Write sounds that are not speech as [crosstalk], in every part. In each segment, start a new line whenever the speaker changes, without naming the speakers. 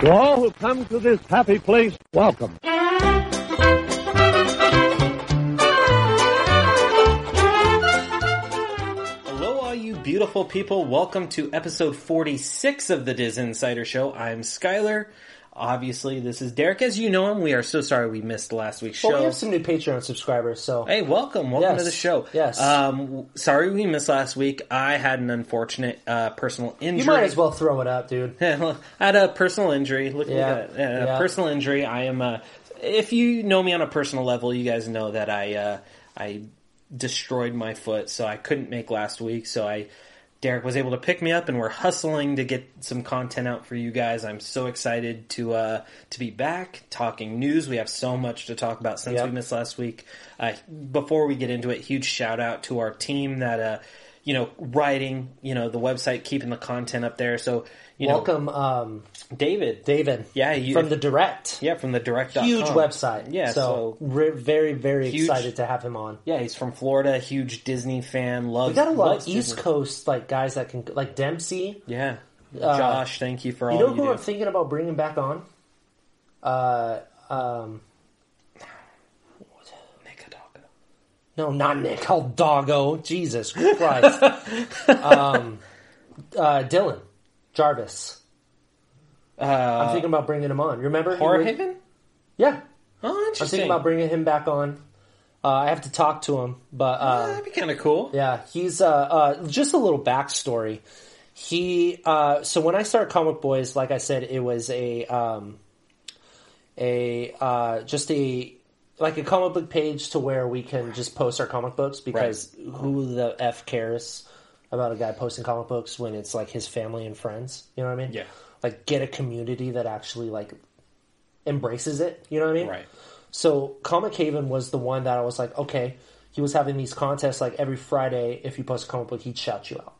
To all who come to this happy place, welcome.
Hello, all you beautiful people. Welcome to episode 46 of the Diz Insider Show. I'm Skylar. Obviously, this is Derek. As you know him, we are so sorry we missed last week's
Well, we
show.
have some new Patreon subscribers, so
Hey, welcome. Welcome
Yes.
to the show.
Yes.
Um, w- sorry we missed last week. I had an unfortunate uh, personal injury.
you might as well throw it up, dude.
[laughs] I had a personal injury. Look, look
Yeah.
at it. Uh,
Yeah.
Personal injury. I am. Uh, if you know me on a personal level, you guys know that I uh, I destroyed my foot, so I couldn't make last week. So I Derek was able to pick me up, and we're hustling to get some content out for you guys. I'm so excited to uh, to be back talking news. We have so much to talk about since
Yep.
we missed last week. Uh, before we get into it, huge shout out to our team that. Uh, you know, writing, you know, the website, keeping the content up there. So, you know,
Welcome, um,
David.
David.
Yeah, you-
from the direct.
Yeah, from the direct.
Huge website.
Yeah,
so,
so,
we're very, very
Huge-
excited to have him on.
yeah, he's from Florida. Huge Disney fan. Loves.
We got a lot
loves
of East
Disney.
Coast like guys that can like Dempsey.
Yeah, Josh. Thank you for all
Uh, You know who
you
I'm
do.
thinking about bringing back on? Uh, um,
Nick Hidalgo.
no, not Nick Oh, Doggo.
[laughs]
Jesus Christ. um, uh, Dylan Jarvis.
Uh,
I'm thinking about bringing him on. Remember? he
Horror
was-
Haven.
Yeah,
Oh,
I'm
interesting.
thinking about bringing him back on. Uh, I have to talk to him, but
Oh,
uh,
that'd be kind of cool.
yeah, he's uh, uh, just a little backstory. He uh, so when I started Comic Boys, like I said, it was a um, a uh, just a like a comic book page to where we can just post our comic books because who the f cares about a guy posting comic books when it's like his family and friends? You know what I mean?
Yeah.
Like get a community that actually like embraces it. You know what I mean?
Right.
So Comic Haven was the one that I was like, okay, he was having these contests like every Friday. If you post a comic book, he'd shout you out.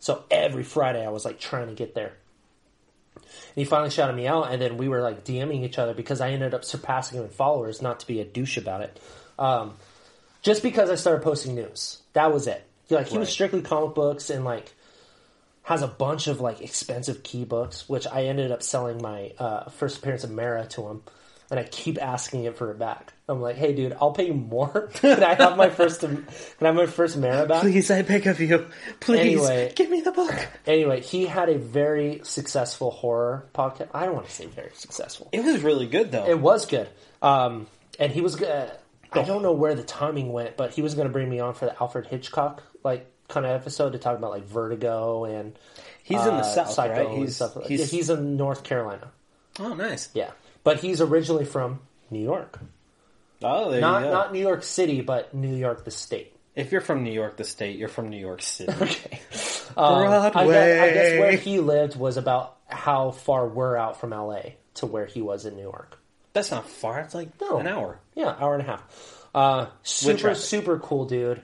So every Friday, I was like trying to get there. And he finally shouted me out, and then we were like DMing each other because I ended up surpassing him in followers. Not to be a douche about it, um, just because I started posting news. That was it. Like he was
Right.
strictly comic books and like has a bunch of like expensive key books, which I ended up selling my uh, first appearance of Mara to him, and I keep asking it for it back. I'm like, hey, dude, I'll pay you more. [laughs] can I have my first? Can I have my first Mara back?
Please, I beg of you. Please,
Anyway.
give me the book.
Anyway, he had a very successful horror podcast. I don't want to say very successful.
It was really good though.
It was good, um, and he was. g- Uh, I don't know where the timing went, but he was going to bring me on for the Alfred Hitchcock like kind of episode to talk about like Vertigo and
he's in the
uh,
south,
Psycho
right?
and
He's
stuff like-
he's,
yeah, he's in North Carolina.
oh nice.
Yeah, but he's originally from New York,
Oh, there
not
you go.
not New York City, but New York the state.
if you're from New York, the state, you're from New York City.
[laughs] Okay, Um, I guess, I guess where he lived was about how far we're out from LA to where he was in New York.
That's not far. It's like
No.
an hour.
Yeah, hour and a half. Uh, super,
traffic.
super cool dude.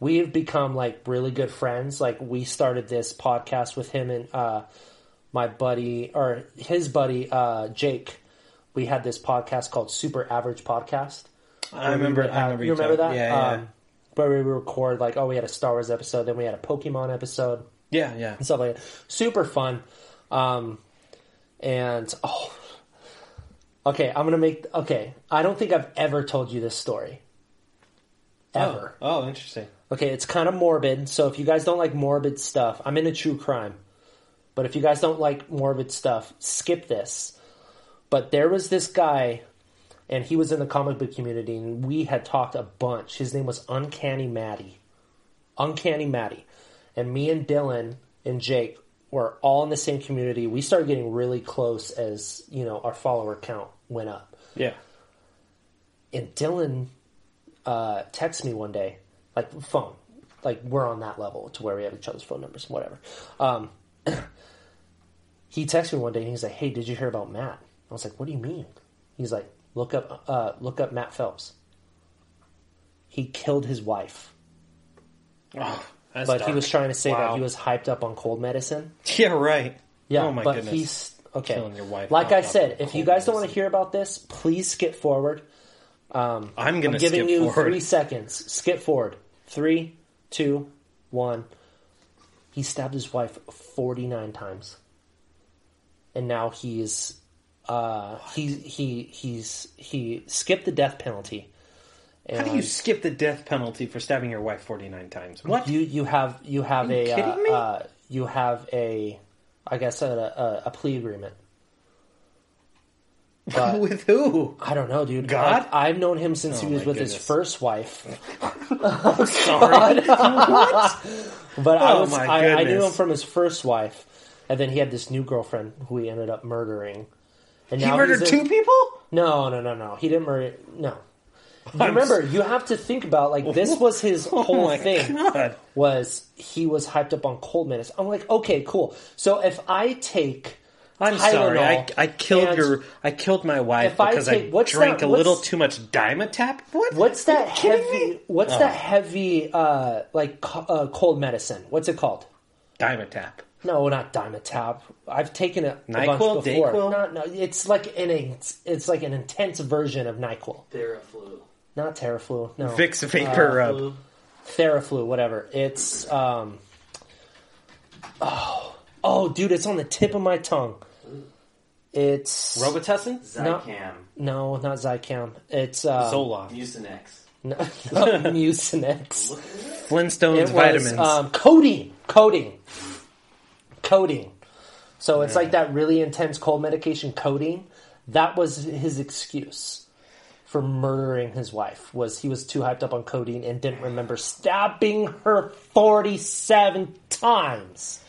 We've become like really good friends. Like we started this podcast with him and uh, my buddy or his buddy uh, Jake. We had this podcast called Super Average Podcast.
I remember. I remember.
you remember
talking-
that?
Yeah, yeah,
Um, where we record like, oh, we had a Star Wars episode, then we had a Pokemon episode,
yeah, yeah.
and [laughs] stuff like that. Super fun. Um, and oh, okay, I'm gonna make. Okay, I don't think I've ever told you this story. Ever.
Oh, oh, interesting.
Okay, it's kind of morbid. So if you guys don't like morbid stuff, I'm into true crime. But if you guys don't like morbid stuff, skip this. But there was this guy, and he was in the comic book community, and we had talked a bunch. His name was Uncanny Maddie. Uncanny Maddie. And me and Dylan and Jake were all in the same community. We started getting really close as, you know, our follower count went up.
Yeah.
And Dylan uh, texts me one day, like phone, like we're on that level to where we have each other's phone numbers, whatever. Um, [clears throat] he texts me one day and he's like, "Hey, did you hear about Matt?" I was like, "What do you mean?" He's like, "Look up, uh, look up Matt Phelps. He killed his wife,
Oh, that's
but he
dark.
was trying to say that
Wow.
he was hyped up on cold medicine."
[laughs] Yeah, right.
Yeah,
Oh my
but
goodness.
he's okay.
Killing your wife,
like
not
I
up
said,
on
if you
cold
guys don't want to
medicine.
hear about this, please skip forward.
I'm gonna
I'm giving
skip
you
forward.
three seconds. Skip forward. Three, two, one. He stabbed his wife 49 times. And now he's Uh, he he he's he skipped the death penalty.
How do you skip the death penalty for stabbing your wife 49 times? What?
You you have you have a uh,
kidding me?
Uh, you have a I guess a, a, a plea agreement. But
[laughs] With
[laughs]
who?
I don't know, dude.
God?
I, I've known him since he
Oh
was
my
with his
goodness.
first wife.
Sorry.
[laughs] But I,
Oh
was,
my
I, I knew
goodness.
him from his first wife, and then he had this new girlfriend who he ended up murdering. And
he
now
murdered
he's
two
in-
people?
No, no, no, no. He didn't murder. No.
[laughs] I'm
You
Oh
remember, you have to think about like
[laughs]
this was his whole
my
thing.
God.
Was he was hyped up on cold minutes? I'm like, okay, cool. So if I take,
I'm
Tylenol
sorry. I, I killed
and-
your. I killed my wife
If I
because I,
take- what's
drank
that-
a little
what's-
too much Dimetap. What?
What's that
Are you kidding
heavy?
me? Oh.
What's that heavy? Uh, like co- uh, cold medicine. What's it called?
Dimetap.
No, not Dimetap. I've taken it a
NyQuil?
bunch before.
Dayquil?
Not, no, it's like an it's, it's like an intense version of Nyquil.
Theraflu.
Not Teraflu. No,
Vicks vapor
Uh,
rub.
Flu.
Theraflu. Whatever. It's um. Oh, oh, dude! It's on the tip of my tongue. It's
Robitussin.
Zycam.
no, not Zycam. It's uh,
Zoloft.
Mucinex.
[laughs] no, Mucinex.
Flintstones
It was,
vitamins.
um, codeine, codeine, codeine. So it's like that really intense cold medication, codeine. That was his excuse for murdering his wife. Was he was too hyped up on codeine and didn't remember stabbing her forty seven times.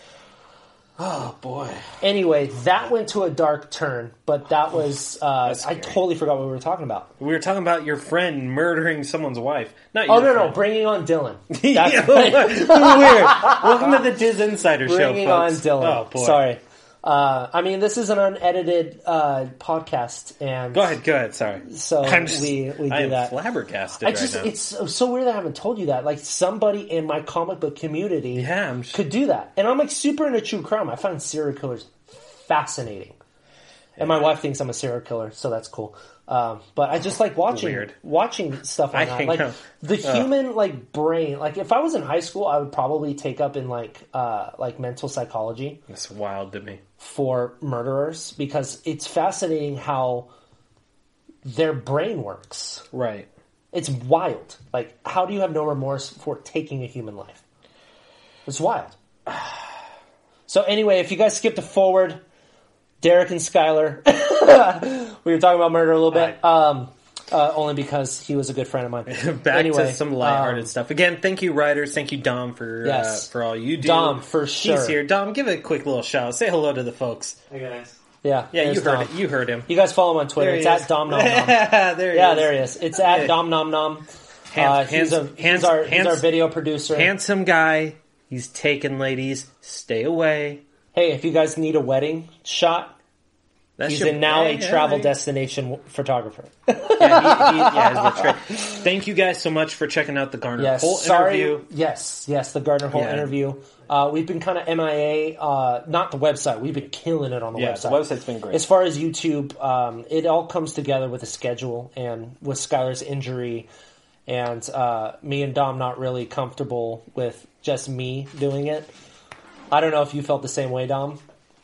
oh boy.
Anyway, that went to a dark turn, but that was uh, I
scary.
totally forgot what we were talking about.
We were talking about your friend murdering someone's wife. Not
Oh
your
no, no,
friend.
bringing on
[laughs]
Dylan. [laughs] That's
Yeah,
right.
[laughs] weird. Welcome to the Diz Insider Show,
Bringing on
folks.
Dylan.
Oh boy.
Sorry. Uh, I mean, this is an unedited uh, podcast, and
Go ahead. Go ahead. Sorry. [laughs]
So
I'm just,
we we do
I am
that.
flabbergasted
I just
right now.
it's so- so weird that I haven't told you that. Like somebody in my comic book community
yeah, I'm. Sh-
could do that, and I'm like super into true crime. I find serial killers fascinating, and my wife thinks I'm a serial killer, so that's cool. Um, but I just like watching
Weird.
watching stuff
I Uh.
like that.
think
Like
I'm-
the human like brain. Like if I was in high school, I would probably take up in like uh, like mental psychology.
that's wild to me.
for murderers because it's fascinating how their brain works.
Right.
It's wild. Like, how do you have no remorse for taking a human life? It's wild. [sighs] So, anyway, if you guys skipped forward, Derek and Skylar, [laughs] we were talking about murder a little bit, um, uh, only because he was a good
[laughs]
friend of mine.
back
anyway,
to some lighthearted
um,
stuff. Again, thank you, writers. Thank you, Dom, for
Yes.
uh, for all you do.
Dom, for sure.
He's here. Dom, give a quick little shout. Say hello to the folks.
Hey guys.
yeah,
Yeah,
there's
you heard
Dom.
it. You heard him.
You guys follow him on Twitter.
There he
it's
is.
at Dom Nom Nom.
[laughs] there he
Yeah,
is.
there he is. It's at Dom Nom Nom. Uh, he's,
hands-
a,
hands-
he's, our, he's
hands-
our video producer.
Handsome guy. He's taken ladies. Stay away.
Hey, if you guys need a wedding shot,
That's
he's
your-
in now
Hey,
a
[laughs]
travel
hey.
destination w- photographer.
Yeah, he- he- yeah, he's a tra- Thank you guys so much for checking out the Garner
Yes,
Whole
sorry.
interview.
Yes, yes, the Gardner Hole
Yeah.
interview. Uh, we've been kind of MIA, uh, not the website. We've been killing it on the
Yeah, the
website.
website's been great.
As far as YouTube, um, it all comes together with a schedule and with Skylar's injury, and uh, me and Dom not really comfortable with just me doing it. I don't know if you felt the same way, Dom.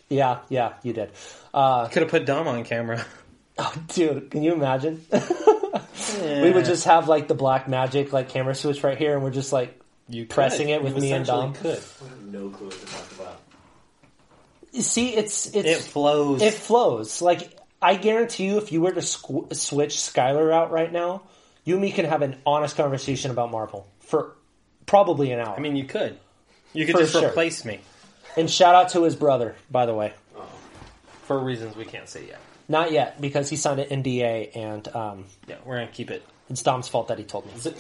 Yeah, yeah, you did. [laughs] Uh,
Could have put Dom on camera. [laughs]
Dude, can you imagine? [laughs] We would just have like the black magic like camera switch right here, and we're just like
You could.
pressing it with
You
me and
essentially
Dom.
Could.
I have no clue what to talk about.
see it's
It
it's
flows.
it, flows. Like I guarantee you, if you were to squ- switch Skylar out right now, you and me can have an honest conversation about Marvel for probably an hour.
I mean, you could. You could
For
just
sure.
replace me
and shout out to his brother, by the way.
for reasons we can't say yet.
Not yet because he signed an NDA, and um,
Yeah, we're gonna keep it
it's Dom's fault that he told me. [laughs]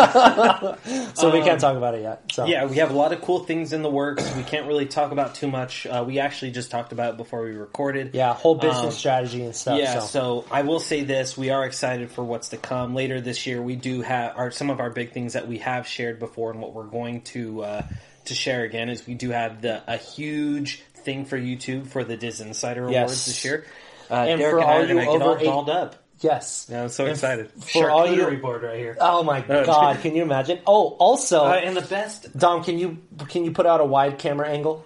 so we can't talk about it yet. So
Yeah, we have a lot of cool things in the works. We can't really talk about too much. Uh, we actually just talked about it before we recorded.
Yeah, whole business
Um,
strategy and stuff.
Yeah,
so.
so I will say this: we are excited for what's to come later this year. We do have our, some of our big things that we have shared before, and what we're going to uh, to share again is we do have the a huge thing for YouTube for the Diz Insider
Yes.
Awards this year. Uh,
And
Derek
for
and I
all
are gonna
you
get all
over eight-
dolled up.
yes,
Yeah, I'm so
And f-
excited.
for all you-
Charcuterie board right here.
Oh my god, can you imagine? Oh, also,
Uh, and the best
Dom, can you can you put out a wide camera angle?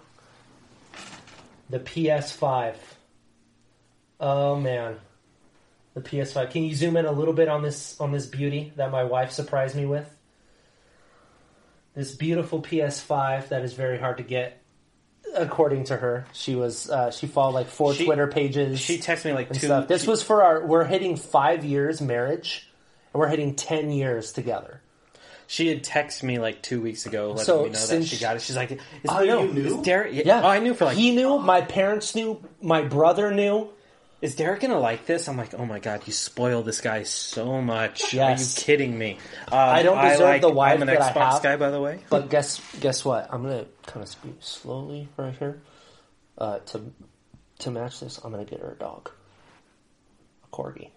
The PS5 Oh man, the PS5. Can you zoom in a little bit on this on this beauty that my wife surprised me with? This beautiful PS5 that is very hard to get, according to her. She was uh, she followed like four
She-
Twitter pages.
She texted me like
and
two.
stuff. This was for our. We're hitting five years marriage, and we're hitting ten years together.
She had texted me like two weeks ago, letting
So,
me know that
since-
she got it. She's like, "Is
Oh,
Derek-
you
knew?
Is Derek? Yeah,
Yeah,
Oh, I knew for like.
he knew. My parents knew. My brother knew.
Is Derek gonna like this? I'm like, oh my god, you spoil this guy so much.
Yes.
Are you kidding me? Um,
I don't deserve the wife
I'm an
that I
Xbox
have.
guy, by the way.
But guess guess what? I'm gonna kind of speak slowly right here. Uh, to to match this, I'm gonna get her a dog, a corgi,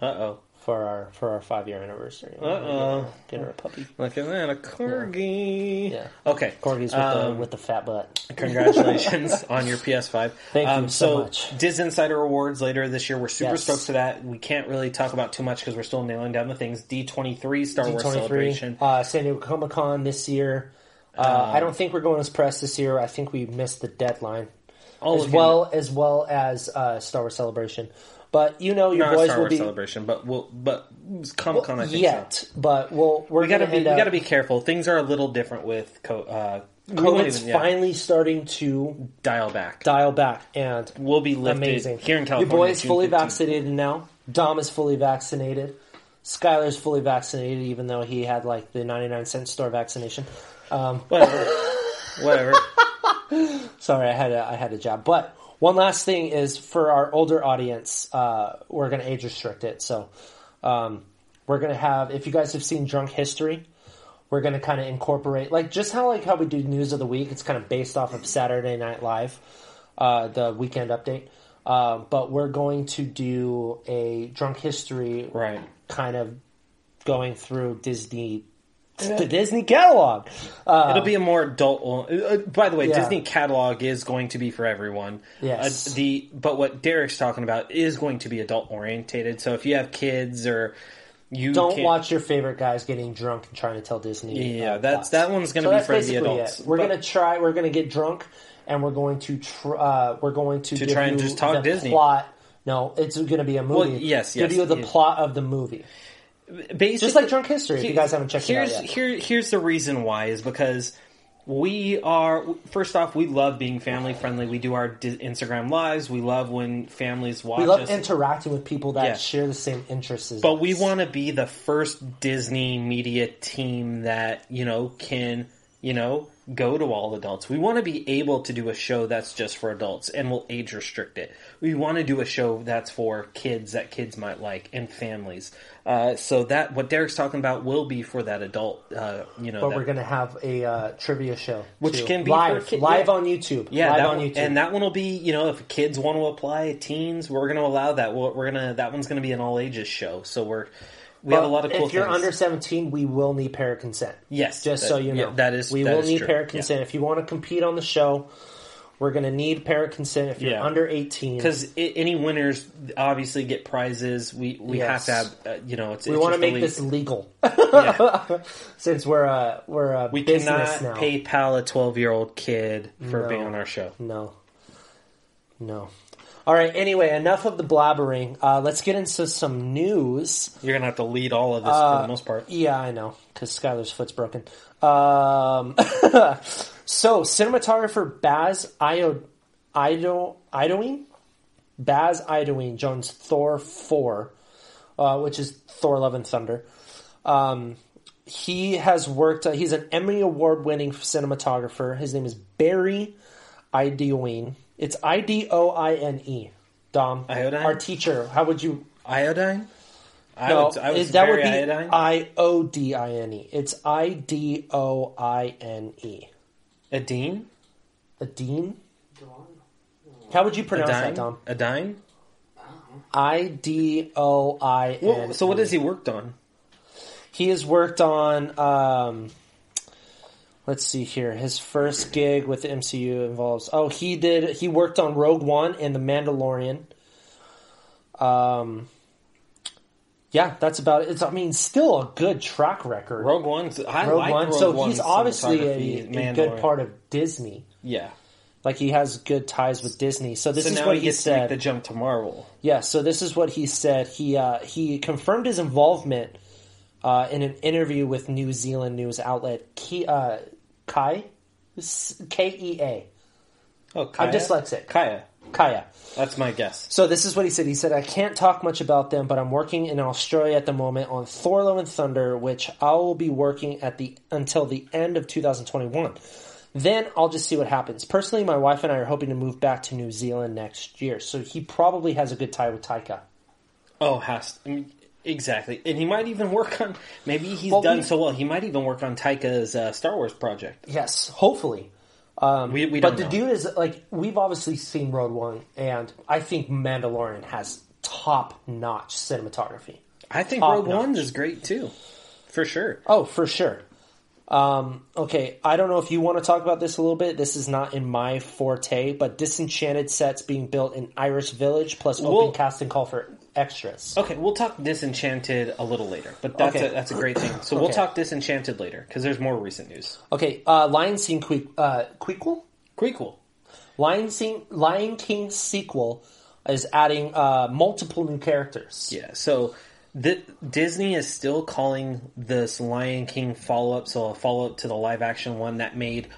Uh oh.
for our for our five year anniversary. I'm gonna
Uh-oh.
get her a puppy.
Look at that, a corgi.
Yeah.
Okay.
Corgis with [laughs] the
Um,
with the fat butt.
Congratulations on your PS5.
Thank you
um,
so much.
Diz Insider Awards later this year. We're super
Yes.
stoked for that. We can't really talk about too much because we're still nailing down the things. D23 Star Wars
D23,
Celebration.
uh, San Diego Comic Con this year. Uh, I don't think we're going as press this year. I think we missed the deadline.
All
as
of
well as well as uh, Star Wars Celebration. But you know your
not
boys
Star
will
Wars
be
Celebration, but we'll, but Comic Con. I think
yet,
so.
but we'll we're
We gotta
gonna
be we
end up,
gotta be careful. Things are a little different with co- uh, we won't
COVID's
even, yeah,
finally starting to
dial back.
dial back and
we'll be lifted
amazing
here in California.
Your boy's
June
fully
15th.
vaccinated now. Dom is fully vaccinated. Skylar's fully vaccinated, even though he had like the ninety nine cent store vaccination. Um,
Whatever.
[laughs]
Whatever.
Sorry, I had a, I had a job. But one last thing is for our older audience, uh, we're going to age restrict it. So um, we're going to have, if you guys have seen Drunk History, we're going to kind of incorporate like just how like how we do news of the week. It's kind of based off of Saturday Night Live, uh, the weekend update. Uh, but we're going to do a Drunk History
Right.
kind of going through Disney. The Disney catalog. Uh,
It'll be a more adult. Uh, by the way,
Yeah.
Disney catalog is going to be for everyone.
Yes.
Uh, the but what Derek's talking about is going to be adult orientated. So if you have kids or you
don't
can't-
watch your favorite guys getting drunk and trying to tell Disney.
Yeah,
uh,
that's
plots.
that one's going to
So
be
that's
for the
basically
adults.
it. We're
But-
gonna try. We're gonna get drunk, and we're going to tr- uh, we're going to, give
try and
you
just talk
the
Disney.
Plot. No, it's going to be a movie.
yes,
give
yes,
you the
yeah.
plot of the movie.
basically,
Just like Drunk History, if you guys haven't checked it out
here's,
yet.
Here, here's the reason why is because we are first off we love being family friendly. We do our di- Instagram lives. We love when families watch.
We love
us.
interacting with people that
Yeah.
share the same interests. as
But we
us.
want to be the first Disney media team that, you know, can, you know, go to all adults. We want to be able to do a show that's just for adults and we'll age restrict it. We want to do a show that's for kids that kids might like and families. Uh, so that, what Derek's talking about will be for that adult, uh, you know,
But
that-
we're going to have a uh, trivia show,
Which
too.
can be
live,
for kid-
live
yeah.
on YouTube.
yeah,
live
that
on
one-
YouTube.
and that one will be, you know, if kids want to apply, teens, we're going to allow that. We're, we're going to, that one's going to be an all ages show. So we're, we have a lot of cool
if you're
things.
under 17 we will need parent consent
Yes,
just
that-
so you know
yeah, that is-
we
that
will
is
need
true.
parent consent if you want to compete on the show we're going to need parent consent if you're
Yeah.
under 18
because any winners obviously get prizes. We we have
Yes.
to have uh, you know it's
we
it's
want to
just a
make
league.
this legal [laughs]
Yeah.
since we're a we're a
we
business
cannot
now
PayPal a twelve year old kid for
No.
being on our show.
no no all right anyway enough of the blabbering uh, let's get into some news
You're gonna have to lead all of this for
Uh,
the most part.
Yeah, I know, because Skylar's foot's broken. Um, [laughs] so, cinematographer Baz Ido, Ido, Idoine? Baz Idoine joins Thor 4, uh, which is Thor Love and Thunder. Um, he has worked, uh, he's an Emmy Award winning cinematographer. His name is Barry Idoine. It's I D O I N E. Dom,
Iodine?
our teacher, how would you
Iodine. I
no,
would, I would
it- that would
very
be uh,
iodine.
I O D I N E. It's I D O I N E.
a dean.
A dean? How would you
A
pronounce
dime.
that, Dom?
A dime.
I D O I N. E.
Well, so what has he worked on?
He has worked on. Um, let's see here. His first gig with the MCU involves. Oh, he did. He worked on Rogue One and The Mandalorian. Um. Yeah, that's about it. It's, I mean, still a good track record.
Rogue One. I
Rogue
like
One.
Rogue
so
One's
he's obviously
cinematography,
a, a
Mandalorian.
good part of Disney.
Yeah.
Like he has good ties with Disney. So this
so
is
now
what
he
he
gets to make
said.
the jump to Marvel.
Yeah, so this is what he said. He uh, he confirmed his involvement uh, in an interview with New Zealand news outlet Ki, uh, Kai K E A.
Oh,
I'm
Kaya?
dyslexic.
Kaya.
Kaya.
That's my guess.
So this is what he said. He said, "I can't talk much about them, but I'm working in Australia at the moment on Thor: Love and Thunder, which I will be working at the until the end of 2021. Then I'll just see what happens. Personally, my wife and I are hoping to move back to New Zealand next year. So he probably has a good tie with Taika.
Oh, has I mean, exactly, and he might even work on. Maybe he's
Well,
done
we-
so well, he might even work on Taika's uh, Star Wars project.
Yes, hopefully.
We, we don't
Um, But the
know.
dude is like we've obviously seen Road One, and I think Mandalorian has top notch cinematography.
I think
top
Rogue
notch.
One is great too, for sure.
Oh, for sure. Um, okay, I don't know if you want to talk about this a little bit. This is not in my forte, but disenchanted sets being built in Irish Village plus open
Well-
cast and call for extras.
Okay, we'll talk Disenchanted a little later, but that's
Okay.
a, that's a great thing. So we'll
Okay.
talk Disenchanted later because there's more recent news.
Okay, uh, Lion King que- uh, Queequel?
Prequel.
Lion King Lion King sequel is adding uh, multiple new characters.
Yeah, so th- Disney is still calling this Lion King follow up, so a follow up to the live action one that made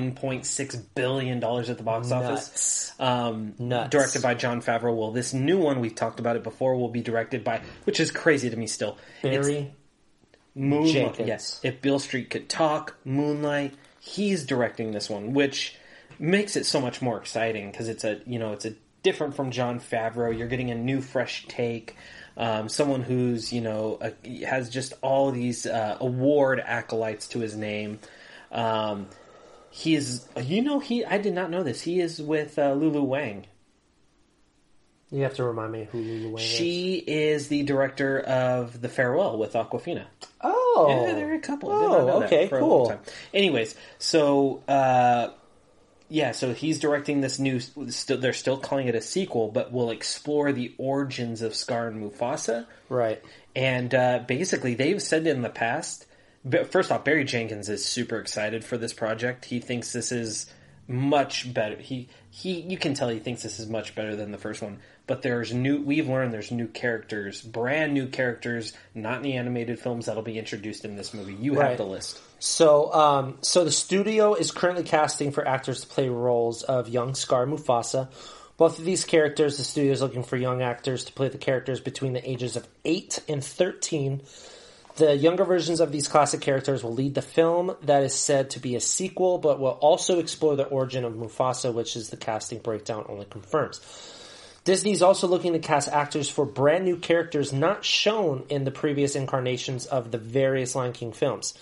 $1.6 billion at the box
Nuts.
office. Um,
Nuts.
Directed by John Favreau. Well, this new one, we've talked about it before, will be directed by, which is crazy to me still. It's
Barry
Moonlight.
Jenkins.
Yes. If Bill Street could talk, Moonlight, he's directing this one, which makes it so much more exciting because it's a you know it's a different from John Favreau. You're getting a new, fresh take. Um, someone who's you know a, has just all these uh, award acolytes to his name. Um, he is you know he I did not know this. He is with uh, Lulu Wang.
You have to remind me who Lulu Wang is.
She is the director of The Farewell with Aquafina.
Oh,
Yeah, there are a couple. I did not
Oh,
know that
okay,
for a
cool.
long time. Anyways, so uh, yeah, so he's directing this new. Still, they're still calling it a sequel, but will explore the origins of Scar and Mufasa.
Right.
And uh, basically, they've said in the past. but First off, Barry Jenkins is super excited for this project. He thinks this is much better. He he, you can tell he thinks this is much better than the first one. But there's new. We've learned there's new characters, brand new characters, not in the animated films that'll be introduced in this movie. You
Right.
have the list.
So, um, so the studio is currently casting for actors to play roles of young Scar Mufasa. Both of these characters, the studio is looking for young actors to play the characters between the ages of eight and thirteen. The younger versions of these classic characters will lead the film that is said to be a sequel, but will also explore the origin of Mufasa, which is the casting breakdown only confirms. Disney's also looking to cast actors for brand new characters not shown in the previous incarnations of the various Lion King films.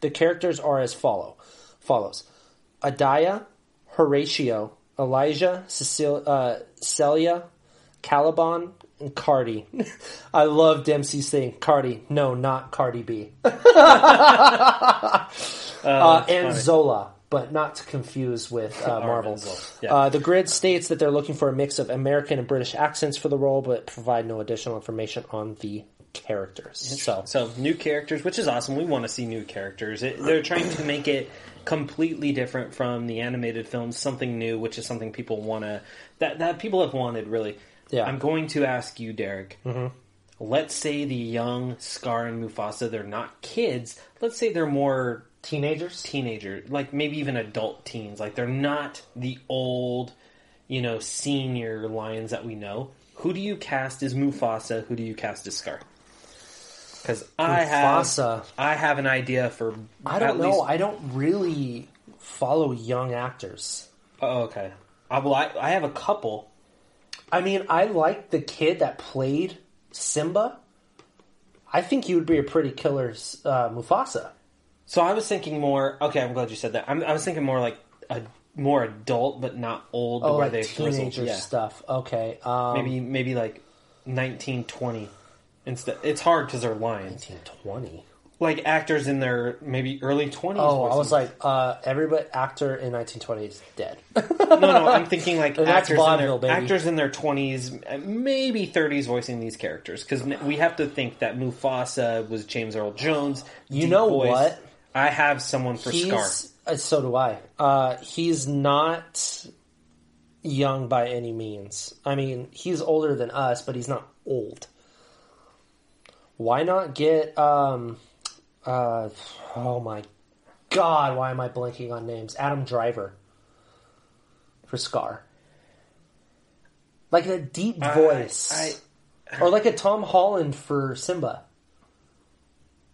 The characters are as follow follows: Adiah, Horatio, Elijah, Cecil, uh, Celia, Caliban, and Cardi. [laughs] I love Dempsey's thing. Cardi, no, not Cardi B, [laughs] uh, and Zola. But not to confuse with uh, Marvel.
Zola, yeah.
Uh, the grid states that they're looking for a mix of American and British accents for the role, but provide no additional information on the characters. So,
So new characters, which is awesome. We want to see new characters. It, they're trying to make it completely different from the animated films, something new, which is something people want to that that people have wanted really.
Yeah.
I'm going to ask you, Derek. Let's say the young Scar and Mufasa, they're not kids. Let's say they're more
teenagers.
teenager, like maybe even adult teens. Like they're not the old, you know, senior lions that we know. Who do you cast as Mufasa? Who do you cast as Scar? Because I
Mufasa.
have I have an idea for
I don't
at
know.
least-
I don't really follow young actors.
oh, okay. I, well, I, I have a couple.
I mean, I like the kid that played Simba. I think he would be a pretty killer uh, Mufasa.
So I was thinking more. Okay, I'm glad you said that. I'm, I was thinking more like a more adult, but not old,
Oh,
where
like
they
teenager
frizzled. Yeah.
stuff. Okay. Um,
Maybe maybe like 19, 20. Instead, it's hard because they're lions.
1920.
like actors in their maybe early twenties.
Oh, I was like, uh, every but actor in 1920 is dead. [laughs]
no, no. I'm thinking like
that's
actors in
vaudeville,
their
baby.
actors in their twenties, maybe thirties, voicing these characters because we have to think that Mufasa was James Earl Jones. You
know what?
I have someone for Scar.
He's, uh, so do I. Uh, he's not young by any means. I mean, he's older than us, but he's not old. Why not get um uh oh my god, why am I blanking on names? Adam Driver for Scar. Like a deep
I-
voice. or like a Tom Holland for Simba.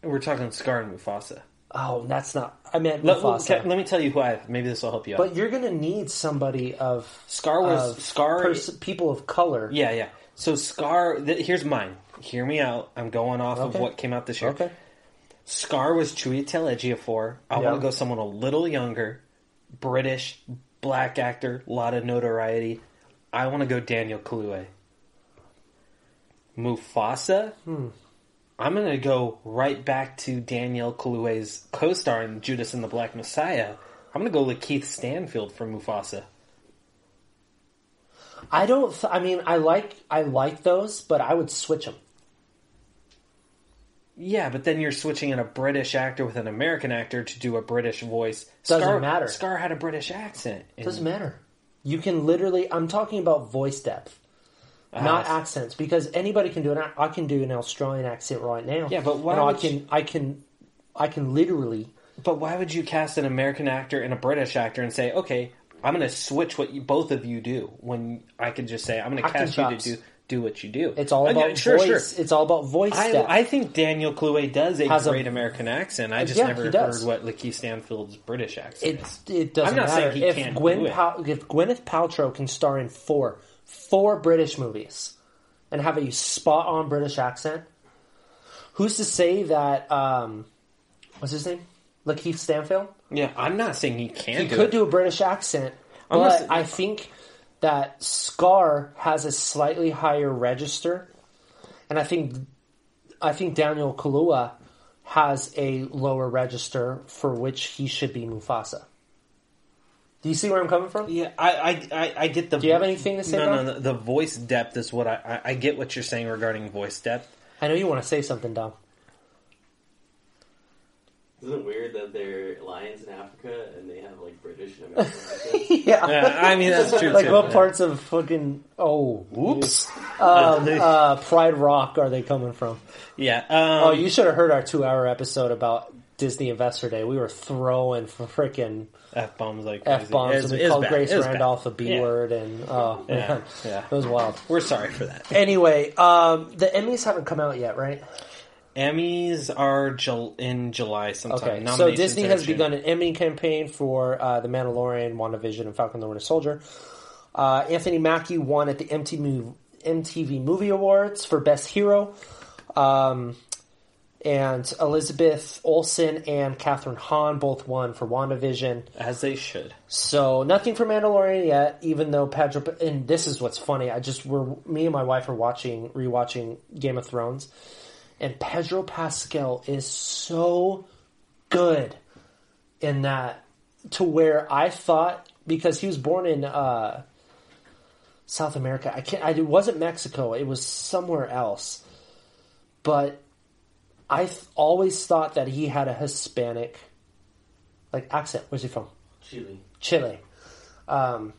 We're talking Scar and Mufasa.
Oh, that's not I meant
Let,
Mufasa.
let- let me tell you who I. Maybe this will help you. out.
But you're gonna need somebody of
Scar was
of
Scar.
pers- people of color.
yeah, yeah. So Scar. Th- here's mine. Hear me out. I'm going off
Okay.
of what came out this year.
Okay.
Scar was Chiwetel Ejiofor. I
Yeah.
want to go someone a little younger, British, black actor, lot of notoriety. I want to go Daniel Kaluuya. Mufasa.
Hmm.
I'm gonna go right back to Daniel Kaluuya's co-star in Judas and the Black Messiah. I'm gonna go Lakeith Stanfield for Mufasa.
I don't. Th- I mean, I like I like those, but I would switch them.
Yeah, but then you're switching in a British actor with an American actor to do a British voice.
Doesn't
Scar,
matter.
Scar had a British accent. and-
Doesn't matter. You can literally. I'm talking about voice depth, not
Ah.
accents, because anybody can do an. I can do an Australian accent right now.
Yeah, but why
And I
would
can.
you-
I can. I can literally.
But why would you cast an American actor and a British actor and say, okay, I'm going to switch what you, both of you do when I could just say, I'm going to
Acting
cast you to
chops.
do do what you do.
It's all
Okay,
about voice. It's all about voice
I,
depth.
I think Daniel Kluwe does a
Has a-
great American accent. I just
Yeah,
never
he
heard
does.
what Lakeith Stanfield's British accent
it
is.
it doesn't
I'm not saying
matter
he
if
can't do
Gwen
it.
Pal- if Gwyneth Paltrow can star in four four British movies and have a spot on British accent. Who's to say that? Um, what's his name? Lakeith Stanfield.
Yeah, I'm not saying he can't
He
do
could
it.
do a British accent, but
Unless-
I think that Scar has a slightly higher register, and I think I think Daniel Kalua has a lower register for which he should be Mufasa. Do you see where I'm coming from?
Yeah, I, I, I, I get the. Do
you have anything to say
No,
about
no, no. The voice depth is what I, I, I get what you're saying regarding voice
[laughs]
depth.
I know you want to say
[laughs]
something, Dom.
Isn't it weird that they're lions in Africa and they have like British and American
[laughs]
accents?
[laughs] Yeah.
Yeah, Uh, I mean that's true.
Like
too.
what
Yeah.
parts of fucking oh
Oops.
[laughs] um, uh, Pride Rock are they coming from?
Yeah. Um,
Oh, you should have heard our two-hour episode about Disney Investor Day. We were throwing freaking
F bombs like
f bombs, and we called Grace Randolph a b
Yeah.
word, and oh
Yeah,
man,
yeah.
it was wild.
We're sorry for that.
Anyway, um, the Emmys haven't come out yet, right?
Emmys are Jul- in July sometime.
Okay, so
Nominations
Disney
are
has
June.
begun an Emmy campaign for uh, The Mandalorian, WandaVision, and Falcon the Winter Soldier. Uh, Anthony Mackie won at the MTV, MTV Movie Awards for Best Hero. Um, and Elizabeth Olsen and Catherine Hahn both won for WandaVision.
as they should.
So nothing for Mandalorian yet, even though Pedro. And this is what's funny. I just we're me and my wife are watching rewatching Game of Thrones, and Pedro Pascal is so good in that to where I thought because he was born in uh, South America. I can't. I, it wasn't Mexico. It was somewhere else, but I th- always thought that he had a Hispanic like accent. Where's he from?
Chile.
Chile. Um,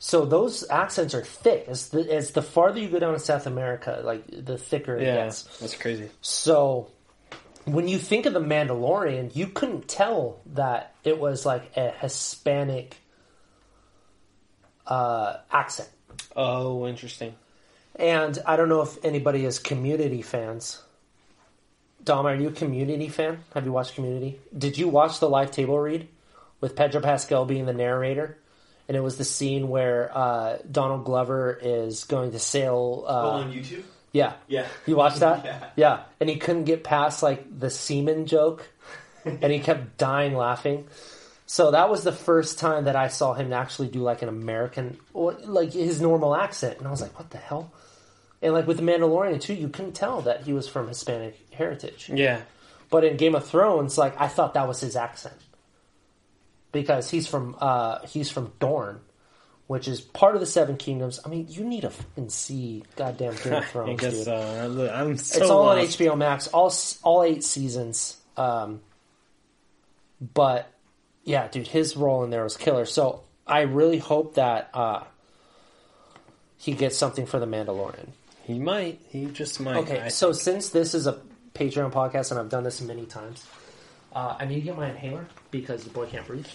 so those accents are thick. As the, as the farther you go down to South America, like the thicker it
Yeah,
gets.
that's crazy.
So when you think of the Mandalorian, you couldn't tell that it was like a Hispanic uh, accent.
Oh, interesting.
And I don't know if anybody is Community fans. Dom, are you a Community fan? Have you watched Community? Did you watch the live table read with Pedro Pascal being the narrator? And it was the scene where uh, Donald Glover is going to sail. Uh,
Oh, on YouTube?
yeah,
Yeah.
you watched that?
Yeah.
and he couldn't get past like the semen joke, and he kept dying laughing. So that was the first time that I saw him actually do like an American or like his normal accent, and I was like, "What the hell?" And like with the Mandalorian too, you couldn't tell that he was from Hispanic heritage.
Yeah,
But in Game of Thrones, like I thought that was his accent because he's from uh, he's from Dorne, which is part of the Seven Kingdoms. I mean, you need to fucking see goddamn Game of Thrones.
I guess
dude.
uh, I'm so
it's all on
lost.
HBO Max, all s- all eight seasons. Um, but yeah, dude, his role in there was killer. So I really hope that uh, he gets something for the Mandalorian.
He might. He just might.
Okay,
I-
so since this is a Patreon podcast and I've done this many times, uh, I need to get my inhaler because the boy can't breathe.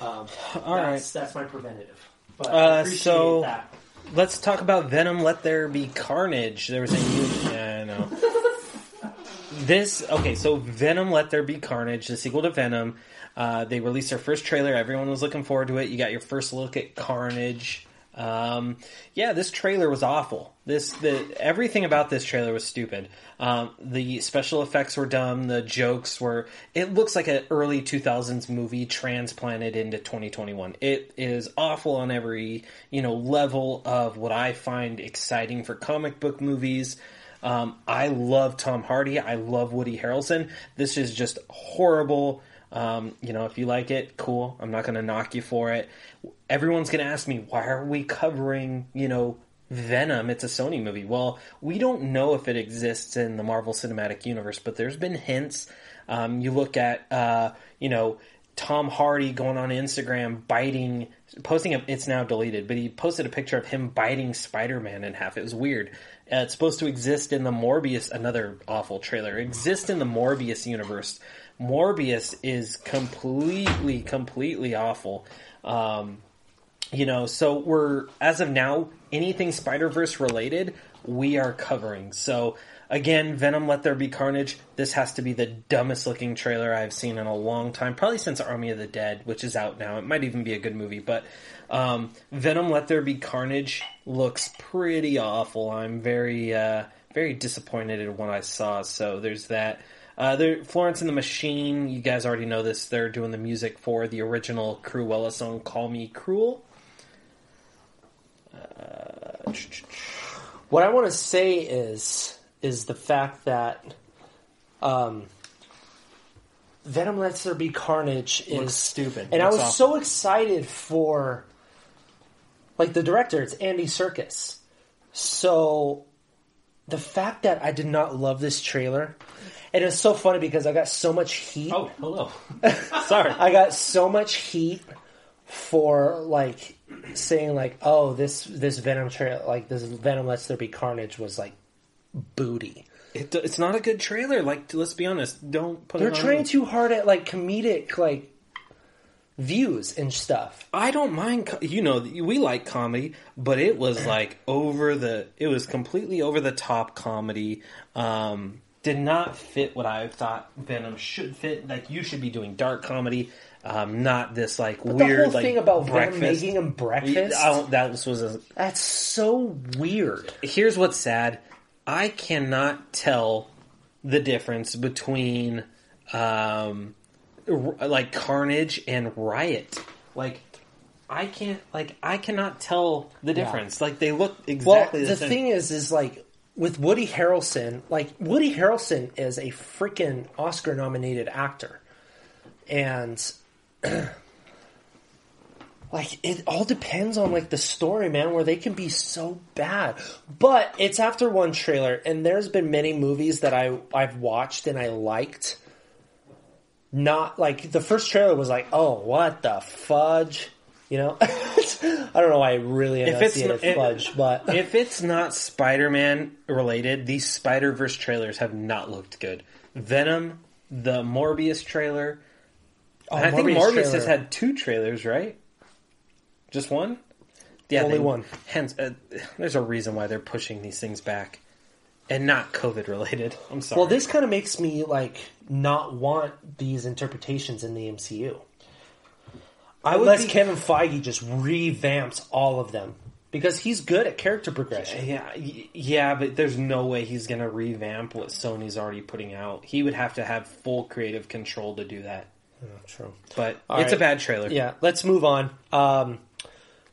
all
that's,
right.
that's my preventative. But
Uh,
I appreciate
so-
that.
Let's talk about Venom. Let there be carnage. There was a new. Yeah, I know. This okay, so Venom, Let There Be Carnage, the sequel to Venom. Uh, they released their first trailer. Everyone was looking forward to it. You got your first look at Carnage. Um, yeah, this trailer was awful. This the everything about this trailer was stupid. Um, the special effects were dumb. The jokes were. It looks like an early two thousands movie transplanted into twenty twenty one. It is awful on every you know level of what I find exciting for comic book movies. Um, I love Tom Hardy. I love Woody Harrelson. This is just horrible. Um, you know, if you like it, cool. I'm not going to knock you for it. Everyone's going to ask me, why are we covering, you know, Venom? It's a Sony movie. Well, we don't know if it exists in the Marvel Cinematic Universe, but there's been hints. Um, you look at, uh, you know, Tom Hardy going on Instagram biting, posting a, it's now deleted, but he posted a picture of him biting Spider Man in half. It was weird. Uh, it's supposed to exist in the Morbius, another awful trailer, exist in the Morbius universe. Morbius is completely, completely awful. Um, you know, so we're, as of now, anything Spider Verse related, we are covering. So, again, Venom Let There Be Carnage, this has to be the dumbest looking trailer I've seen in a long time, probably since Army of the Dead, which is out now. It might even be a good movie, but um, Venom Let There Be Carnage looks pretty awful. I'm very, uh, very disappointed in what I saw, so there's that. Uh, there, Florence and the Machine. You guys already know this. They're doing the music for the original Cruella song "Call Me Cruel." Uh,
What I want to say is is the fact that um, Venom Lets There Be Carnage is
Looks stupid.
and I
Looks
was
awful.
so excited for like the director. It's Andy Circus. So the fact that I did not love this trailer, and it's so funny because I got so much heat.
oh, hello. [laughs] Sorry.
I got so much heat for like saying like, oh, this this Venom trail, like this Venom Lets There Be Carnage was like booty.
It, it's not a good trailer. Like, let's be honest. Don't put.
They're
it on
trying
me.
too hard at like comedic like views and stuff.
I don't mind. co- You know, we like comedy, but it
[clears throat]
was like over the. It was completely over the top comedy. Um, did not fit what I thought Venom should fit. Like you should be doing dark comedy, um, not this like weird
the whole
like
thing about
breakfast.
Venom making him breakfast.
I don't, that was, was a,
That's so weird.
here's what's sad. I cannot tell the difference between um, r- like Carnage and Riot. Like I can't like I cannot tell the difference. Like they look
Well,
exactly
the,
the, same.
thing is, is like with Woody Harrelson, like Woody Harrelson is a freaking Oscar nominated actor, and [clears throat] like it all depends on like the story, man, where they can be so bad. But it's after one trailer, and there's been many movies that I I've watched and I liked. Not like the first trailer was like, oh, what the fudge, you know? [laughs] I don't know why I really
If it's
enunciated
not- it-
fudge, but
if it's not Spider-Man related, these Spider-Verse trailers have not looked good. Venom, the Morbius trailer. And I think
Morbius
Morbius
trailer.
has had two trailers, right? Just one? Yeah,
Only one.
Hence, uh, there's a reason why they're pushing these things back, and not COVID related. [laughs] I'm sorry.
Well, this kind of makes me like not want these interpretations in the MCU.
I would
Unless
be-
Kevin Feige just revamps all of them because he's good at character progression.
Yeah, y- yeah, but there's no way he's going to revamp what Sony's already putting out. He would have to have full creative control to do that.
True.
But
All
it's a
right.
bad trailer.
Yeah, let's move on. Um,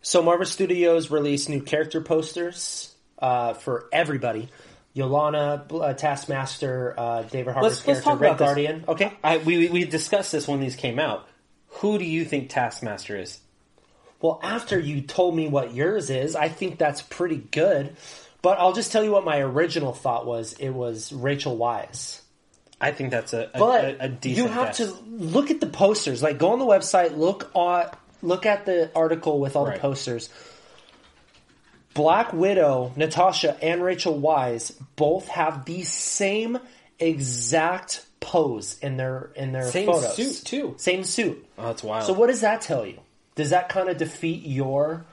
so Marvel Studios released new character posters uh, for everybody. Yolana, uh, Taskmaster, uh, David
Let's-
Harbour's character,
let's talk
Red
about this.
Guardian. Okay.
I, we we- we discussed this when these came out. Who do you think Taskmaster is?
Well, after you told me what yours is, I think that's pretty good. But I'll just tell you what my original thought was. It was Rachel Wise.
I think that's a a,
But
a, a decent.
you have
guess.
to look at the posters. Like, go on the website, look at look at the article with all
Right.
the posters. Black Widow, Natasha, and Rachel Wise both have the same exact pose in their in their
Same
photos.
suit, too.
Same suit.
Oh, that's wild.
So what does that tell you? Does that kind of defeat your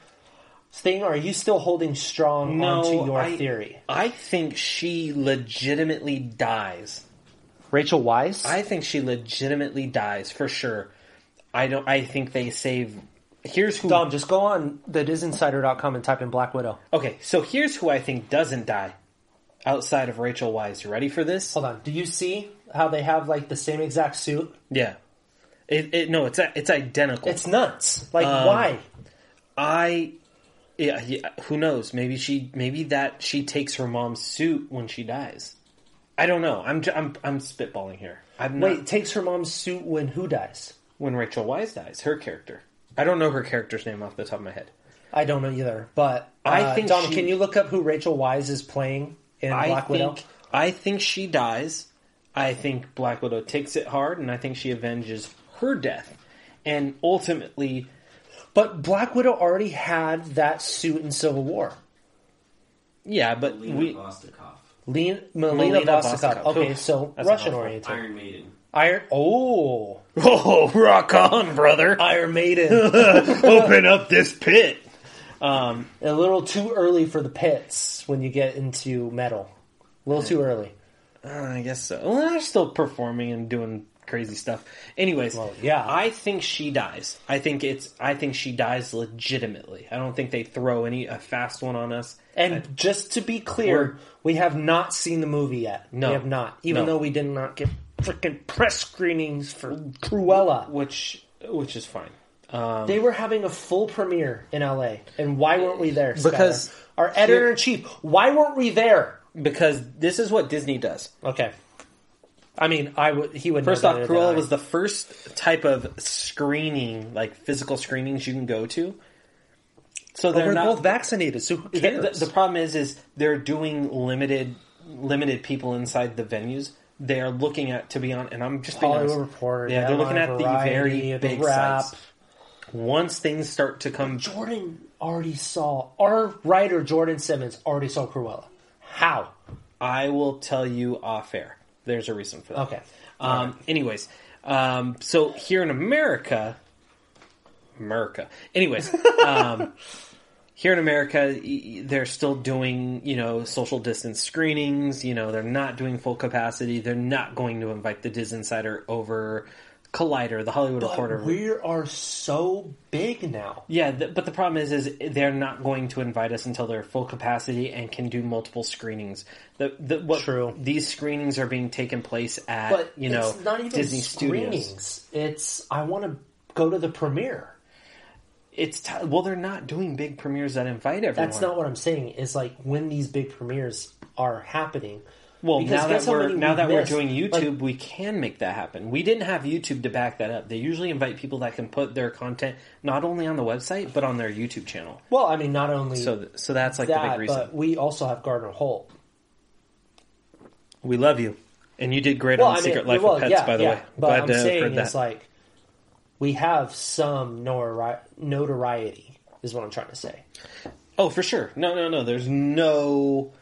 thing? Or are you still holding strong onto your
I-
theory?
I think she legitimately dies.
Rachel Wise?
I think she legitimately dies for sure. I don't. I think they save. Here's who.
Dom, just go on thedisinsider.com and type in Black Widow.
Okay, so here's who I think doesn't die, outside of Rachel Wise. You ready for this?
Hold on. Do you see how they have like the same exact suit?
Yeah. It, it no, it's it's identical.
It's nuts. Like why?
I. Yeah, yeah, who knows? Maybe she, maybe that she takes her mom's suit when she dies. I don't know. I'm, ju- I'm, I'm spitballing here. I'm not,
Wait, takes her mom's suit when who dies?
when Rachel Wise dies, her character. I don't know her character's name off the top of my head.
I don't know either. But
I
uh,
think
Dom,
she-
can you look up who Rachel Wise is playing in
I
Black
think
Widow?
I think she dies. I think Black Widow takes it hard, and I think she avenges her death. And ultimately,
But Black Widow already had that suit in Civil War.
yeah, but
Lena
we
Vostokov.
Lean, Melina
Melina
Vostokov.
Vostokov.
Okay,
Oof.
so
That's a
Russian
mouthful.
oriented.
Iron Maiden.
Iron. Oh,
[laughs] oh rock on, brother!
Iron
[laughs]
Maiden.
Open up this pit.
A little too early for the pits when you get into metal. A little
Hmm.
too early.
I guess so. Well, they're still performing and doing crazy stuff. Anyways,
Well, yeah.
I think she dies. I think it's. I think she dies legitimately. I don't think they throw any a fast one on us.
And just to be clear,
We're-
we have not seen the movie yet.
No.
we have not. Even
No.
though we did not get freaking press screenings for Cruella,
which which is fine. Um,
they were having a full premiere in L.A. And why weren't we there? Skylar?
Because-
our editor in chief, why weren't we there?
because this is what Disney does.
Okay, I mean, I would. He would.
First
know
off,
better than I.
Cruella was the first type of screening, like physical screenings, you can go to. So
But
they're
we're
not.
both vaccinated, so who
the, the-
cares?
the problem is, is they're doing limited, limited people inside the venues. They are looking at, to be honest, and I'm just being
Hollywood
honest,
Reporter.
Yeah, they're looking at
Deadline,
the
Variety,
very
the
big
Wrap.
sites. Once things start to come,
Jordan already saw our writer Jordan Simmons already saw Cruella. How?
I will tell you off air. There's a reason for that.
Okay.
Um, Anyways, um, so here in America, America.
[laughs]
Anyways, um, here in America, y- y- they're still doing you know social distance screenings. You know they're not doing full capacity. They're not going to invite the Diz Insider over Collider, the Hollywood Reporter.
we are so big now.
Yeah, th- but the problem is, is they're not going to invite us until they're full capacity and can do multiple screenings. The, the what
True.
these screenings are being taken place at
But
you know
it's not even
Disney
screenings.
Studios.
It's I want to go to the premiere.
It's t- well, they're not doing big premieres that invite everyone.
That's not what I'm saying. Is like when these big premieres are happening.
well
Because
now
guess
that
how
we're
many
now
we
that
missed?
we're doing
Like,
YouTube, we can make that happen. We didn't have YouTube to back that up. They usually invite people that can put their content not only on the website but on their YouTube channel.
well, I mean, not only
So th- so that's like the
that,
big reason.
but we also have Gardner Holt.
We love you. And you did great on Secret Life
well,
of Pets,
yeah,
by the
yeah.
way.
But
Glad
I'm
to have
saying
heard that.
it's like we have some notori- notoriety, is what I'm trying to say.
Oh, for sure. No, no, no. There's no.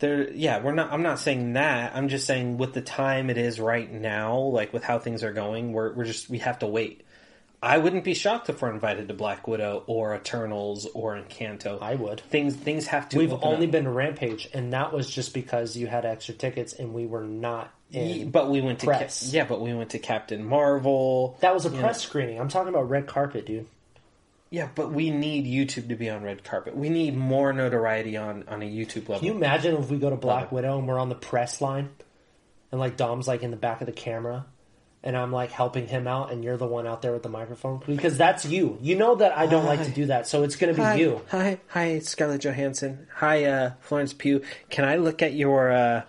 There, yeah, we're not. I'm not saying that. I'm just saying with the time it is right now, like with how things are going, we're we're just we have to wait. I wouldn't be shocked if we're invited to Black Widow or Eternals or Encanto.
I would.
Things things have to.
We've
open
only
up.
been to Rampage, and that was just because you had extra tickets and we were not
Ye-
in.
but we went to Cap-
press.
yeah, but we went to Captain Marvel.
that was a press screening. I'm talking about red carpet, dude.
yeah, but we need YouTube to be on red carpet. We need more notoriety on on a YouTube level.
Can you imagine if we go to
Love
Black
it.
Widow and we're on the press line, and like Dom's like in the back of the camera, and I'm like helping him out, and you're the one out there with the microphone because that's you. You know that I don't like to do that, so it's going to be
Hi,
you.
Hi, hi, Scarlett Johansson. Hi, uh, Florence Pugh. Can I look at your? Uh...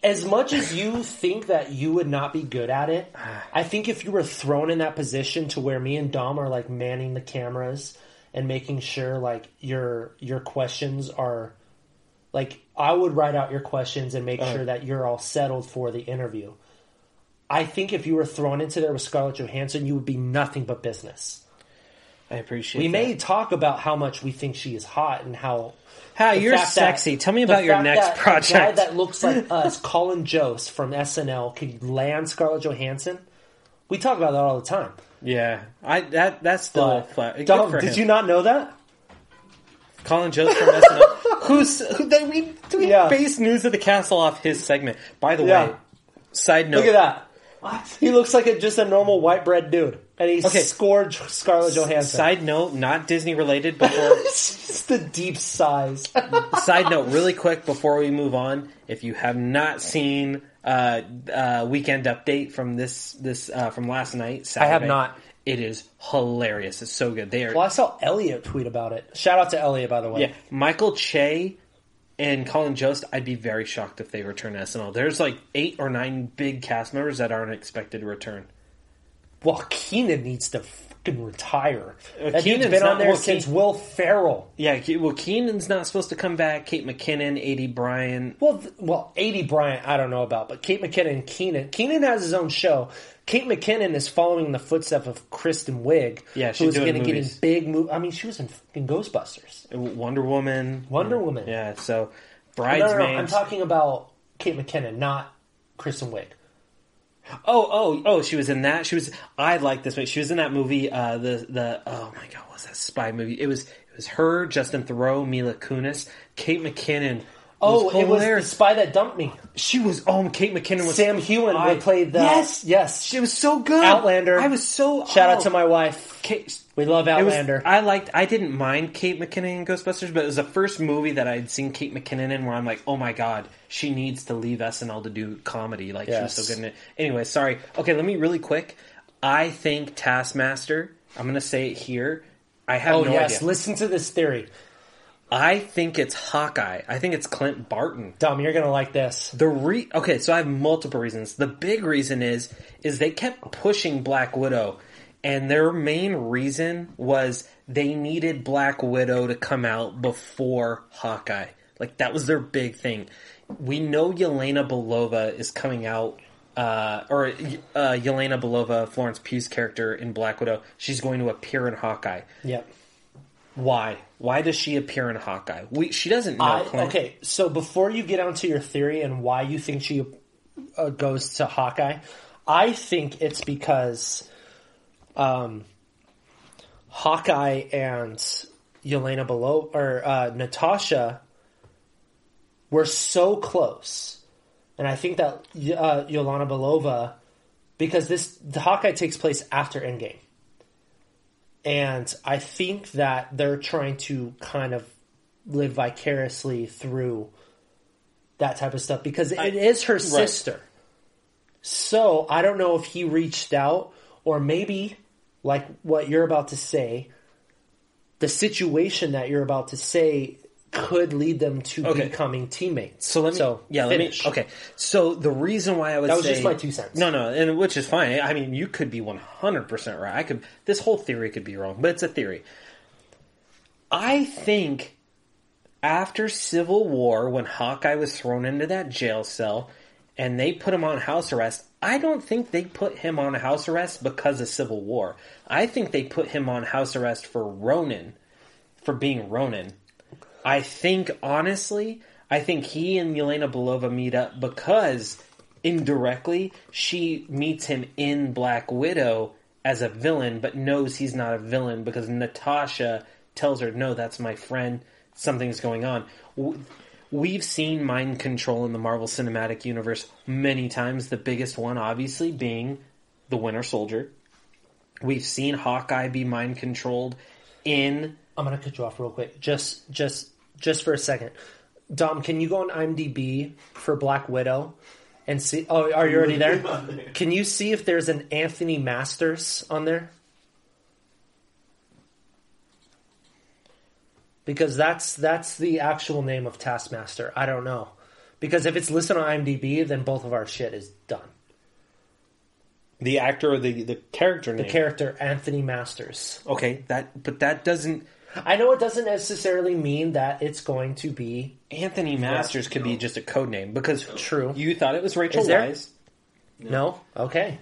As much as you think that you would not be good at it, I think if you were thrown in that position to where me and Dom are like manning the cameras and making sure like your your questions are like I would write out your questions and make sure that you're all settled for the interview. I think if you were thrown into there with Scarlett Johansson, you would be nothing but business.
I appreciate.
We
that.
may talk about how much we think she is hot and how
How
the
you're
fact that-
sexy. Tell me
the
about your
fact
next
that a guy
project.
that
[laughs]
looks like us, Colin Jost from SNL, could land Scarlett Johansson. We talk about that all the time.
Oh, yeah, I that that's still
But,
flat.
Dom, did you not know that?
Colin Jost from
[laughs]
SNL. Who's who, they, we we
Yeah.
base news of the castle off his segment. By the
Yeah.
way, side note.
Look at that.
[laughs] What?
He looks like a, just a normal white bread dude, and he
Okay.
scored Scarlett Johansson.
Side note, not Disney related. Before
[laughs] It's the deep sighs.
side note, really quick before we move on, if you have not seen uh, uh, Weekend Update from this this uh, from last night, Saturday,
have not.
It is hilarious. It's so good. They are
well, I saw Elliot tweet about it. Shout out to Elliot, by the way.
Yeah, Michael Che and Colin Jost. I'd be very shocked if they return to SNL. There's like eight or nine big cast members that aren't expected to return.
Well, Keenan needs to fucking retire. that dude's
Keenan's
been on
not-
there
well,
since
Keen-
Will Ferrell.
Yeah, Ke- well, Keenan's not supposed to come back. Kate McKinnon, AD Bryan.
Well, th- well, eighty Bryant, I don't know about, but Kate McKinnon and Keenan. Keenan has his own show. Kate McKinnon is following the footsteps of Kristen Wiig,
Yeah, she's
who is
doing
gonna get in
movies.
big move. I mean, she was in fucking Ghostbusters,
Wonder Woman.
Wonder Woman.
Yeah, so
No, no, no,
bridesmaids.
I'm talking about Kate McKinnon, not Kristen Wiig.
oh, oh, oh! She was in that. She was. I like this. movie. She was in that movie. Uh, the the oh my god, what was that spy movie? It was it was her, Justin Thoreau, Mila Kunis, Kate McKinnon.
Oh, it was the
hilarious.
spy that dumped me.
She was. Oh, Kate McKinnon was
Sam Hewen
I-
would play the
Yes,
yes.
She was so good.
Outlander.
I was so.
Shout
oh,
out to my wife.
Kate.
We love
it was-
Outlander.
I liked. I didn't mind Kate McKinnon in Ghostbusters, but it was the first movie that I had seen Kate McKinnon in where I'm like, oh my god, she needs to leave SNL to do comedy. Like she
Yes.
was so good in it. Anyway, sorry. Okay, let me really quick. I think Taskmaster. I'm gonna say it here. I have
oh
no
yes,
idea.
listen to this theory,
I think it's Hawkeye. I think it's Clint Barton.
Dom. You're gonna like this.
The re okay, so I have multiple reasons. The big reason is is they kept pushing Black Widow, and their main reason was they needed Black Widow to come out before Hawkeye. Like that was their big thing. We know Yelena Belova is coming out, uh, or uh, Yelena Belova, Florence Pugh's character in Black Widow. She's going to appear in Hawkeye.
Yep.
Why? Why does she appear in Hawkeye? We she doesn't know.
I,
Clint.
okay, so before you get onto your theory and why you think she uh, goes to Hawkeye, I think it's because um, Hawkeye and Yelena Below or uh, Natasha were so close, and I think that uh, Yelena Belova because this the Hawkeye takes place after Endgame. And I think that they're trying to kind of live vicariously through that type of stuff because it is her sister. So I don't know if he reached out or maybe like what you're about to say, the situation that you're about to say could lead them to
Okay.
becoming teammates.
So let me, yeah, let
finish.
me. Okay, so the reason why I would
That was
say-
just my two cents.
No, no, and which is fine. I mean, you could be one hundred percent right. I could. This whole theory could be wrong, but it's a theory. I think after Civil War, when Hawkeye was thrown into that jail cell and they put him on house arrest, I don't think they put him on house arrest because of Civil War. I think they put him on house arrest for Ronin, for being Ronin. I think, honestly, I think he and Yelena Belova meet up because indirectly she meets him in Black Widow as a villain, but knows he's not a villain because Natasha tells her, no, that's my friend. Something's going on. W- We've seen mind control in the Marvel Cinematic Universe many times, the biggest one, obviously, being the Winter Soldier. We've seen Hawkeye be mind controlled in
I'm gonna cut you off real quick, just just just for a second. Dom, can you go on IMDb for Black Widow and see? Oh, are you already there? Can you see if there's an Anthony Masters on there? Because that's that's the actual name of Taskmaster. I don't know. Because if it's listed on IMDb, then both of our shit is done.
The actor or the, the character name?
Character Anthony Masters.
okay, that but that doesn't.
I know it doesn't necessarily mean that it's going to be
Anthony Masters could be just a code name because
True.
You thought it was Rachel
Is there?
Wise.
No? Okay.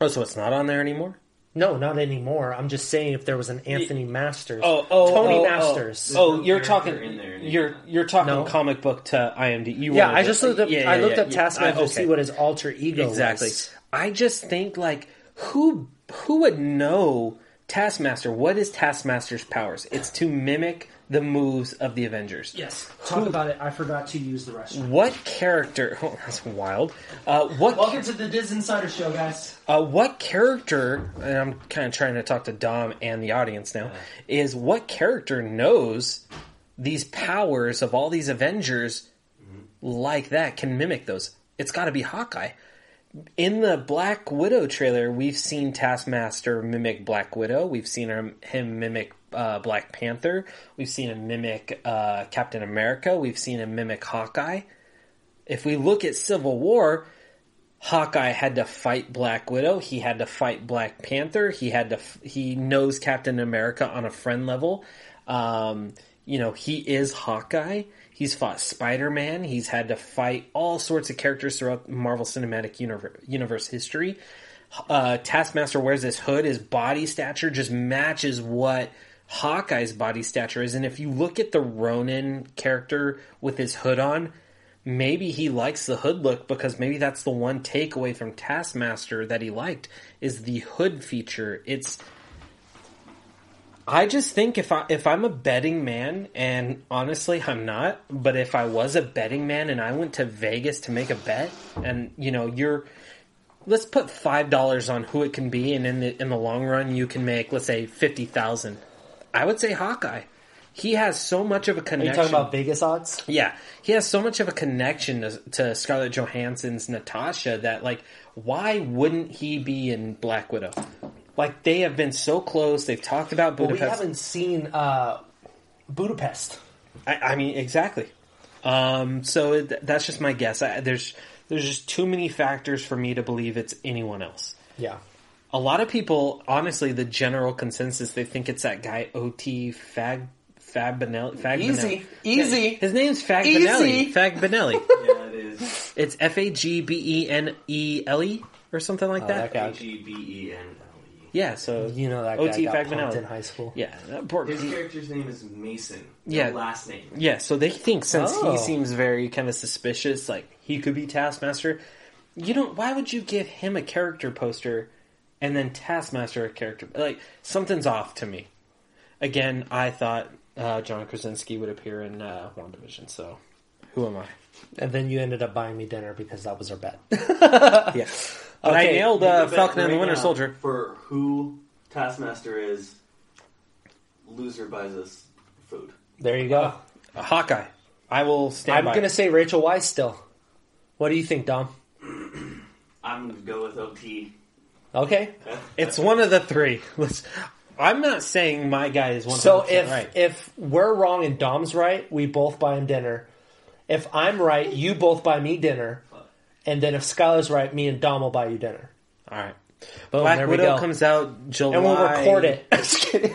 Oh, so it's not on there anymore.
No, not anymore. I'm just saying if there was an Anthony Masters.
Oh, oh,
Tony
oh, oh.
Masters.
Oh, you're
There's a
talking.
character in there named
you're you're talking
No.
comic book to IMDb. You
yeah,
wanted
I
to-
just looked up.
yeah,
I
yeah,
looked
yeah,
up
yeah.
Taskmaster
I-
to see
okay.
what his alter ego
exactly.
was.
I just think like who who would know Taskmaster? What is Taskmaster's powers? It's to mimic the moves of the Avengers.
Yes, talk about it. I forgot to use the restroom.
What character? [laughs] Oh, that's wild. Uh, what
to the Diz Insider Show, guys.
Uh, what character, and I'm kind of trying to talk to Dom and the audience now, is what character knows these powers of all these Avengers like that, can mimic those? It's got to be Hawkeye. In the Black Widow trailer, we've seen Taskmaster mimic Black Widow. We've seen him, him mimic uh, Black Panther. We've seen him mimic uh, Captain America. We've seen him mimic Hawkeye. If we look at Civil War, Hawkeye had to fight Black Widow. He had to fight Black Panther. He had to. f- He knows Captain America on a friend level. Um, you know, he is Hawkeye. He's fought Spider Man. He's had to fight all sorts of characters throughout Marvel Cinematic Universe, universe history. Uh, Taskmaster wears this hood. His body stature just matches what Hawkeye's body stature is. And if you look at the Ronin character with his hood on, maybe he likes the hood look because maybe that's the one takeaway from Taskmaster that he liked is the hood feature. It's I just think if I if I'm a betting man and honestly I'm not, but if I was a betting man and I went to Vegas to make a bet and you know you're let's put five dollars on who it can be, and in the in the long run, you can make let's say fifty thousand. I would say Hawkeye. He has so much of a
Are you
connection.
talking about Vegas odds?
yeah, he has so much of a connection to, to Scarlett Johansson's Natasha that like, why wouldn't he be in Black Widow? Like they have been so close. They've talked about
We
Budapest.
haven't seen uh, Budapest.
I, I mean, exactly. Um, so it, that's just my guess. I, there's there's just too many factors for me to believe it's anyone else.
Yeah,
a lot of people, honestly, the general consensus, they think it's that guy OT Fag Fabinelli. Fag
Easy. Easy.
His name's Fag
Easy.
Benelli. Fag
[laughs]
Benelli.
Yeah, it is.
it's F A G B E N E L E or something like that.
Oh, that guy.
H E B E N L E.
Yeah, so
you know that guy
OT
got pumped
Fagbinelli.
in high school.
Yeah, that poor.
His
piece.
character's name is Mason.
Yeah.
Yeah. Last name.
Yeah, so they think since
Oh.
he seems very kind of suspicious, like he could be Taskmaster. You don't. Why would you give him a character poster and then Taskmaster a character? Like something's off to me. Again, I thought uh, John Krasinski would appear in uh, WandaVision. So who
[laughs]
am I?
And then you ended up buying me dinner because that was our bet.
Yeah, but I
Okay,
nailed
Make
uh,
a bet
Falcon and
right
the Winter
now
Soldier.
For who Taskmaster is, loser buys us food.
There you go.
Hawkeye. I will stand.
I'm
by
gonna
it.
say Rachel Weisz still. What do you think, Dom?
I'm gonna go with OT.
Okay.
It's one of the three. [laughs] Let's. I'm not saying my guy is one.
So if
right.
if we're wrong and Dom's right, we both buy him dinner. If I'm right, you both buy me dinner. And then if Skylar's right, me and Dom will buy you dinner.
All right.
Boom,
Black
Oh, there we
Widow
go.
comes out July.
and we'll record it. [laughs] Just kidding.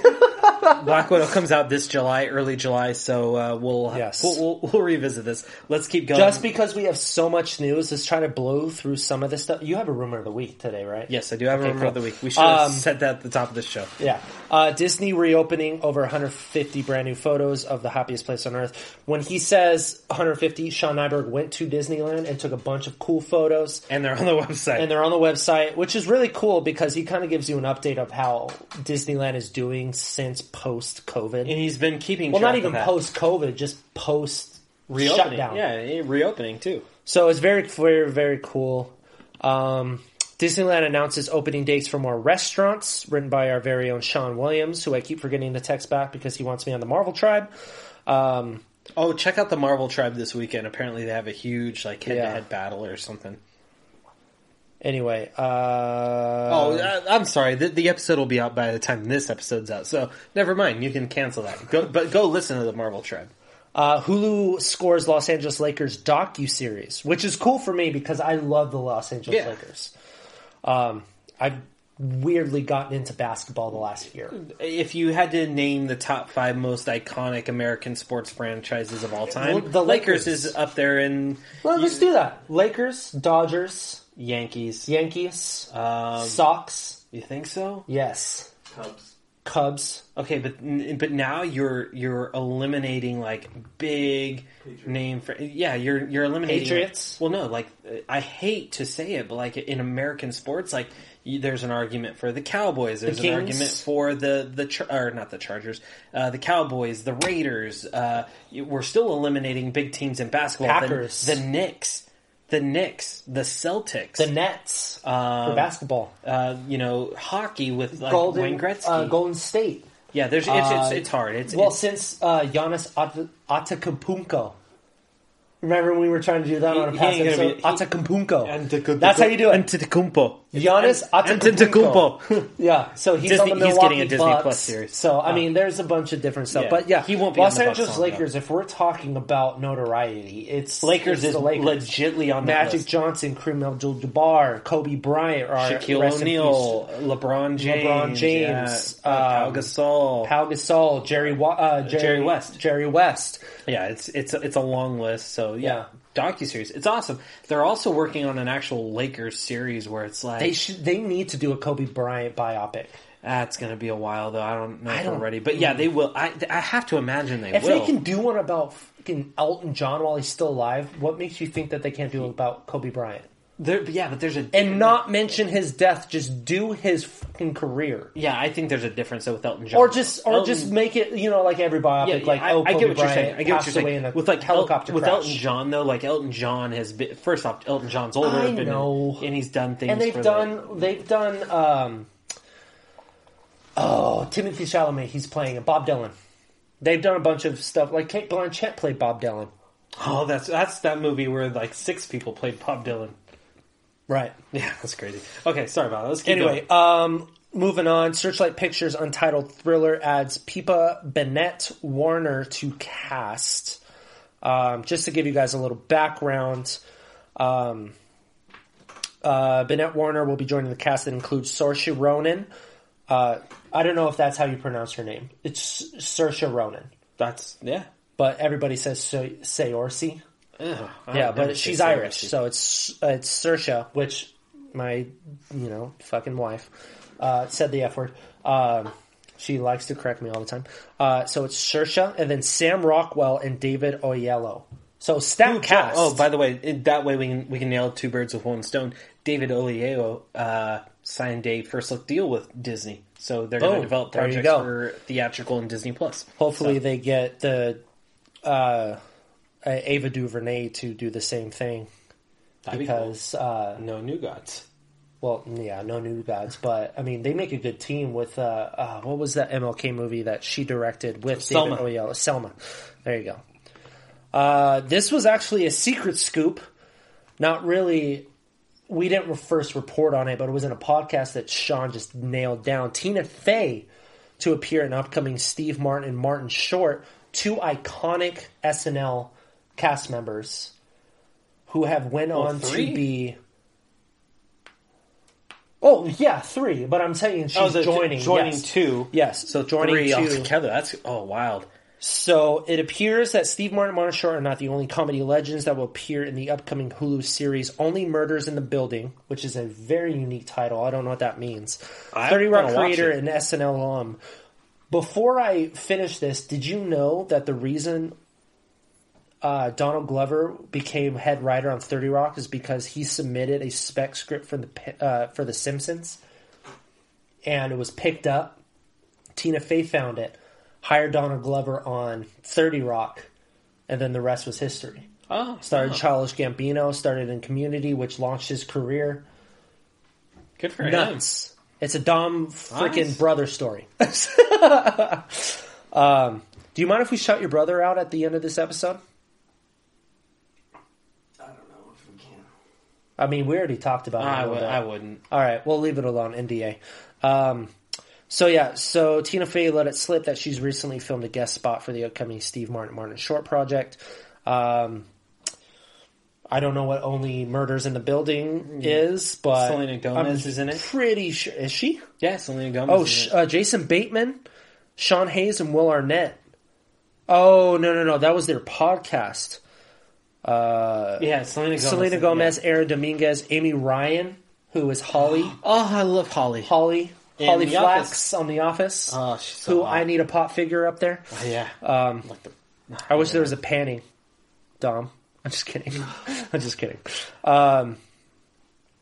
Black Widow comes out this July, early July. So uh, we'll,
Yes.
we'll we'll we'll revisit this. Let's keep going.
Just because we have so much news, let's try to blow through some of this stuff. You have a rumor of the week today, right?
yes, I do have a
Okay,
rumor of the
cool.
week. We should have
Um,
said that at the top of the show.
Yeah. Uh, Disney reopening over 150 brand new photos of the happiest place on earth. When he says 150, Sean Nyberg went to Disneyland and took a bunch of cool photos.
And they're on the website.
and they're on the website, which is really cool because he kind of gives you an update of how Disneyland is doing since post
and
COVID.
he's been keeping.
Well,
track
not even
of that.
post COVID, just post
reopening.
shutdown.
Yeah, eh, reopening too.
So it's very, very, very cool. Um, Disneyland announces opening dates for more restaurants, written by our very own Sean Williams, who I keep forgetting to text back because he wants me on the Marvel Tribe. Um,
Oh, check out the Marvel Tribe this weekend. Apparently, they have a huge like head to head battle or something.
anyway, uh,
Oh, I, I'm sorry. The, the episode will be out by the time this episode's out. So never mind. You can cancel that. Go, but go listen to the Marvel Tribe.
Uh, Hulu scores Los Angeles Lakers docu series, which is cool for me because I love the Los Angeles
Yeah.
Lakers. Um, I've weirdly gotten into basketball the last year.
if you had to name the top five most iconic American sports franchises of all time,
Well, the
the Lakers,
Lakers.
is up there in
Well, let's do that. Lakers, Dodgers,
Yankees.
Yankees,
Um,
Sox,
You think so?
Yes.
Cubs.
Cubs.
Okay, but n- but now you're you're eliminating like big
Patriots.
name for yeah you're you're eliminating
Patriots?
Well, no, like uh, I hate to say it, but like in American sports, like you, there's an argument for the Cowboys, there's an
Kings?
argument for the the Char- or not the Chargers, uh, the Cowboys, the Raiders. Uh, you- we're still eliminating big teams in basketball. The-
Packers.
the Knicks, the Knicks, the Celtics,
The Nets for basketball.
uh, you know hockey with like
Golden,
Wayne Gretzky.
uh, Golden State.
Yeah, there's it's it's,
Uh,
it's hard. It's,
well,
it's
since uh, Giannis At- Atacampunco. Remember when we were trying to do that on a
he
past
ain't gonna
episode?
be-
Atacampunco. That's how you do it.
Antetokounmpo.
Giannis Atacampunco.
Antetokounmpo.
Yeah, so he's
Disney-
on the
he's
Milwaukee
getting a Disney
Bucks.
Plus series.
So I
Oh.
mean, there's a bunch of different stuff,
Yeah,
but yeah,
he won't be on
Los
the Bucks
Angeles
long,
Lakers. If we're talking about notoriety, it's
Lakers
it's
is
the [laughs] Lakers.
legitly on that
Magic
list.
Johnson, Kareem Abdul-Jabbar, Kobe Bryant, are
Shaquille
rest in peace.
O'Neal, LeBron James,
James,
yeah, uh,
um,
Pau Gasol.
Pau Gasol, Jerry, Wa- uh, Jerry,
Jerry West.
Jerry West.
yeah, it's it's it's a long list. So
Yeah.
yeah, docu series. It's awesome. They're also working on an actual Lakers series where it's like
They should. They need to do a Kobe Bryant biopic.
ah, it's going to be a while though. I don't know if
don't-
we're ready, but yeah, they will. I I have to imagine they
If
will.
they can do one about fucking Elton John while he's still alive, what makes you think that they can't do one about Kobe Bryant?
There- but yeah, but there's a
And not mention his death. Just do his fucking career,
yeah. I think there's a difference though with Elton John
or just or
Elton-
just make it. You know, like every biopic, like oh, Kobe Bryant passed away in a
with like El-
helicopter
with
crash.
Elton John though. Like Elton John has been first off, Elton John's older,
I
been in-
know.
and he's done things.
and they've
for
done they've done um oh Timothy Chalamet he's playing it Bob Dylan they've done a bunch of stuff like Kate Blanchett played Bob Dylan
the, oh, that's that's that movie where like six people played Bob Dylan. [laughs]
right
Yeah, that's crazy. Okay, sorry about that. Let's keep
anyway
going.
um moving on Searchlight Pictures Untitled Thriller adds Pippa Bennett Warner to cast um, just to give you guys a little background um uh, Bennett Warner will be joining the cast that includes Saoirse Ronan. Uh, I don't know if that's how you pronounce her name. It's Saoirse Ronan,
that's yeah.
but everybody says Sa- Saoirse.
Ugh, I
Yeah,
would never
but
say
she's
so,
Irish,
actually.
so it's uh, it's Saoirse, which my you know fucking wife uh, said the f word. Um, she likes to correct me all the time. Uh, so it's Saoirse, and then Sam Rockwell and David Oyelowo. So stat cast.
Oh, by the way, in- that way we can we can nail two birds with one stone. David Olieo uh, signed a first look deal with Disney, so they're going
Boom.
to develop
Oh, There you
projects
go.
for theatrical and Disney Plus.
Hopefully, they get the uh, uh, Ava DuVernay to do the same thing
That'd be cool.
because, uh,
no new gods.
well, yeah, no new gods, but I mean, they make a good team with uh, uh, what was that MLK movie that she directed with
Selma.
David Oyelowo? Selma. There you go. Uh, this was actually a secret scoop, not really. We didn't first report on it, but it was in a podcast that Sean just nailed down. Tina Fey to appear in upcoming Steve Martin and Martin Short, two iconic SNL cast members who have went on
three?
to be. Oh yeah, three. But I'm saying she's
Oh, the-
joining,
joining
yes.
two.
Yes, so joining
three
two.
altogether. That's oh wild.
So it appears that Steve Martin and Martin Short are not the only comedy legends that will appear in the upcoming Hulu series Only Murders in the Building, which is a very unique title. I don't know what that means.
I'm
30 Rock
gonna watch
creator
it.
and SNL alum. Before I finish this, did you know that the reason uh, Donald Glover became head writer on 30 Rock is because he submitted a spec script for the pi- uh, for the Simpsons and it was picked up. Tina Fey found it, hired Donald Glover on 30 Rock, and then the rest was history.
Oh,
Started Childish Gambino, started in Community, which launched his career.
good for him.
Nuts. It's a Dom freaking
Nice.
brother story. [laughs] um, do you mind if we shout your brother out at the end of this episode?
I don't know if we can.
I mean, we already talked about it. a
I
little
would.
bit.
I wouldn't.
All right, we'll leave it alone. NDA. Um, so yeah, so Tina Fey let it slip that she's recently filmed a guest spot for the upcoming Steve Martin Martin short project. Um, I don't know what only murders in the building is, but
Selena Gomez is in it.
Pretty sure is she?
Yeah, Selena Gomez.
Oh,
is
sh-
in it.
uh, Jason Bateman, Sean Hayes, and Will Arnett. Oh no no no, that was their podcast.
yeah, Selena Gomez.
uh, Selena Gomez, Aaron Dominguez, Amy Ryan, who
[gasps]
is Holly.
Oh, I love Holly.
Holly.
In
Holly
The
Flax
Office.
on The Office.
Oh, she's so
who
hot.
I need a pop figure up there.
Yeah.
Um,
like the,
I wish there was a panning, Dom. [laughs] I'm just kidding. I'm just kidding. Um,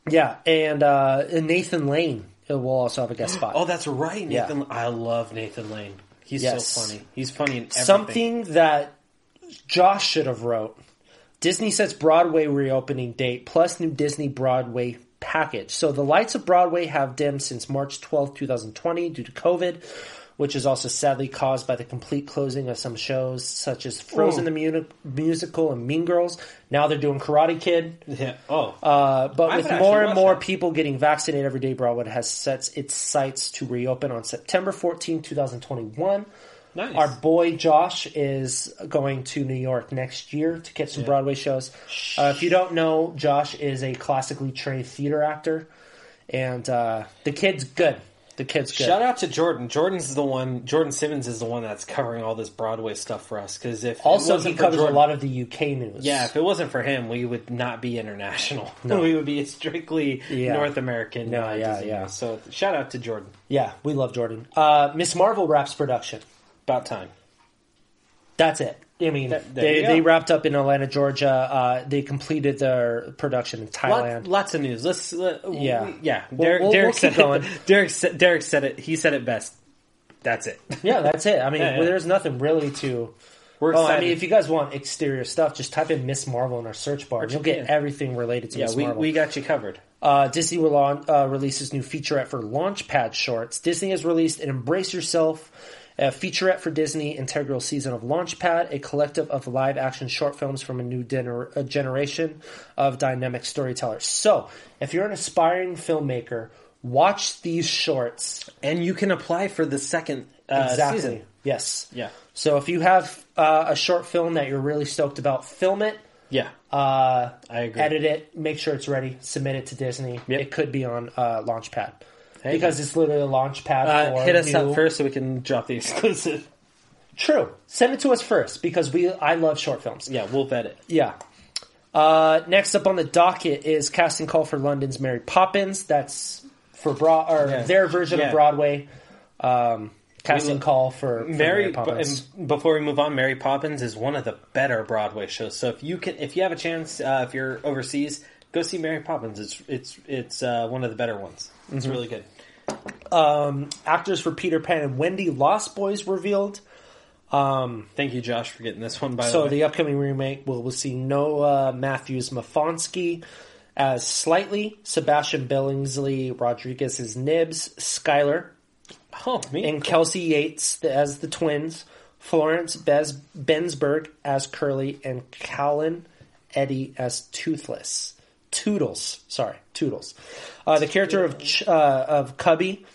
yeah, and, uh, and Nathan Lane will also have a guest spot.
oh, that's right,
Yeah.
Nathan. I love Nathan Lane. He's
Yes.
so funny. He's funny in everything.
Something that Josh should have wrote. Disney sets Broadway reopening date plus new Disney Broadway package. So the lights of Broadway have dimmed since March twelfth, two 2020 due to COVID, which is also sadly caused by the complete closing of some shows such as Frozen the Muni- musical and Mean Girls. Now they're doing Karate Kid.
[laughs] Yeah. Oh,
Uh, but
I
with
would actually
more and
watch
more
that.
people getting vaccinated every day, Broadwood has sets its sights to reopen on September 14, 2021.
nice.
Our boy Josh is going to New York next year to catch some Broadway shows. Uh, if you don't know, Josh is a classically trained theater actor, and uh, the kid's good. The kid's good.
Shout out to Jordan. Jordan's the one. Jordan Simmons is the one that's covering all this Broadway stuff for us. Because if it
Also,
wasn't
he
for
covers a
Jordan-
lot of the UK news.
Yeah, if it wasn't for him, we would not be international. [laughs] we would be strictly
Yeah.
North American.
No,
uh,
yeah,
Disney.
yeah.
So shout out to Jordan.
yeah, we love Jordan. Uh, Miss Marvel wraps production.
About time.
That's it. I mean,
That- there
they,
you go.
they wrapped up in Atlanta, Georgia. Uh, they completed their production in Thailand.
Lot, lots of news. Let's. Let,
Yeah.
we- yeah.
We'll-
Derek,
we'll-
Derek
we'll keep
said
going.
it. [laughs] Derek, said- Derek said it. He said it best. That's it. [laughs]
yeah, that's it. I mean,
Yeah, yeah.
there's nothing really to.
We're
Oh,
excited.
I mean, if you guys want exterior stuff, just type in Miss Marvel in our search bar, and you'll get
yeah.
everything related to
yeah,
Miss
we,
Marvel.
we got you covered.
Uh, Disney will launch, uh, releases new featurette for Launchpad Shorts. Disney has released an Embrace Yourself a featurette for Disney integral season of Launchpad, a collective of live action short films from a new gener- a generation of dynamic storytellers. So, if you're an aspiring filmmaker, watch these shorts.
And you can apply for the second uh, season.
Yes.
Yeah.
So, if you have uh, a short film that you're really stoked about, film it.
Yeah.
Uh,
I agree.
edit it, make sure it's ready, submit it to Disney.
Yep.
It could be on uh, Launchpad
Hey.
because it's literally a Launchpad.
Uh,
for
hit us
new...
up first so we can drop the [laughs] exclusive.
True, send it to us first because we I love short films.
Yeah, we'll vet it.
Yeah. Uh, next up on the docket is casting call for London's Mary Poppins. That's for broad or
Yeah.
their version
Yeah.
of Broadway. Um, casting
lo-
call for, for Mary,
Mary,
Poppins.
and before we move on, Mary Poppins is one of the better Broadway shows. So if you can, if you have a chance, uh, if you're overseas, go see Mary Poppins. It's it's it's uh, one of the better ones.
Mm-hmm.
It's really good.
Actors for Peter Pan and Wendy Lost Boys revealed.
Thank you, Josh, for getting this one. By
So
the way,
the upcoming remake will will see Noah Matthews Mafonsky as Slightly, Sebastian Billingsley Rodriguez as Nibs, Skylar,
oh me,
and Kelsey Yates th- as the twins, Florence Bez- Bensberg as Curly, and Callan Eddie as Toothless. Toodles, sorry, Toodles. Uh, the character of Ch- uh, of Cubby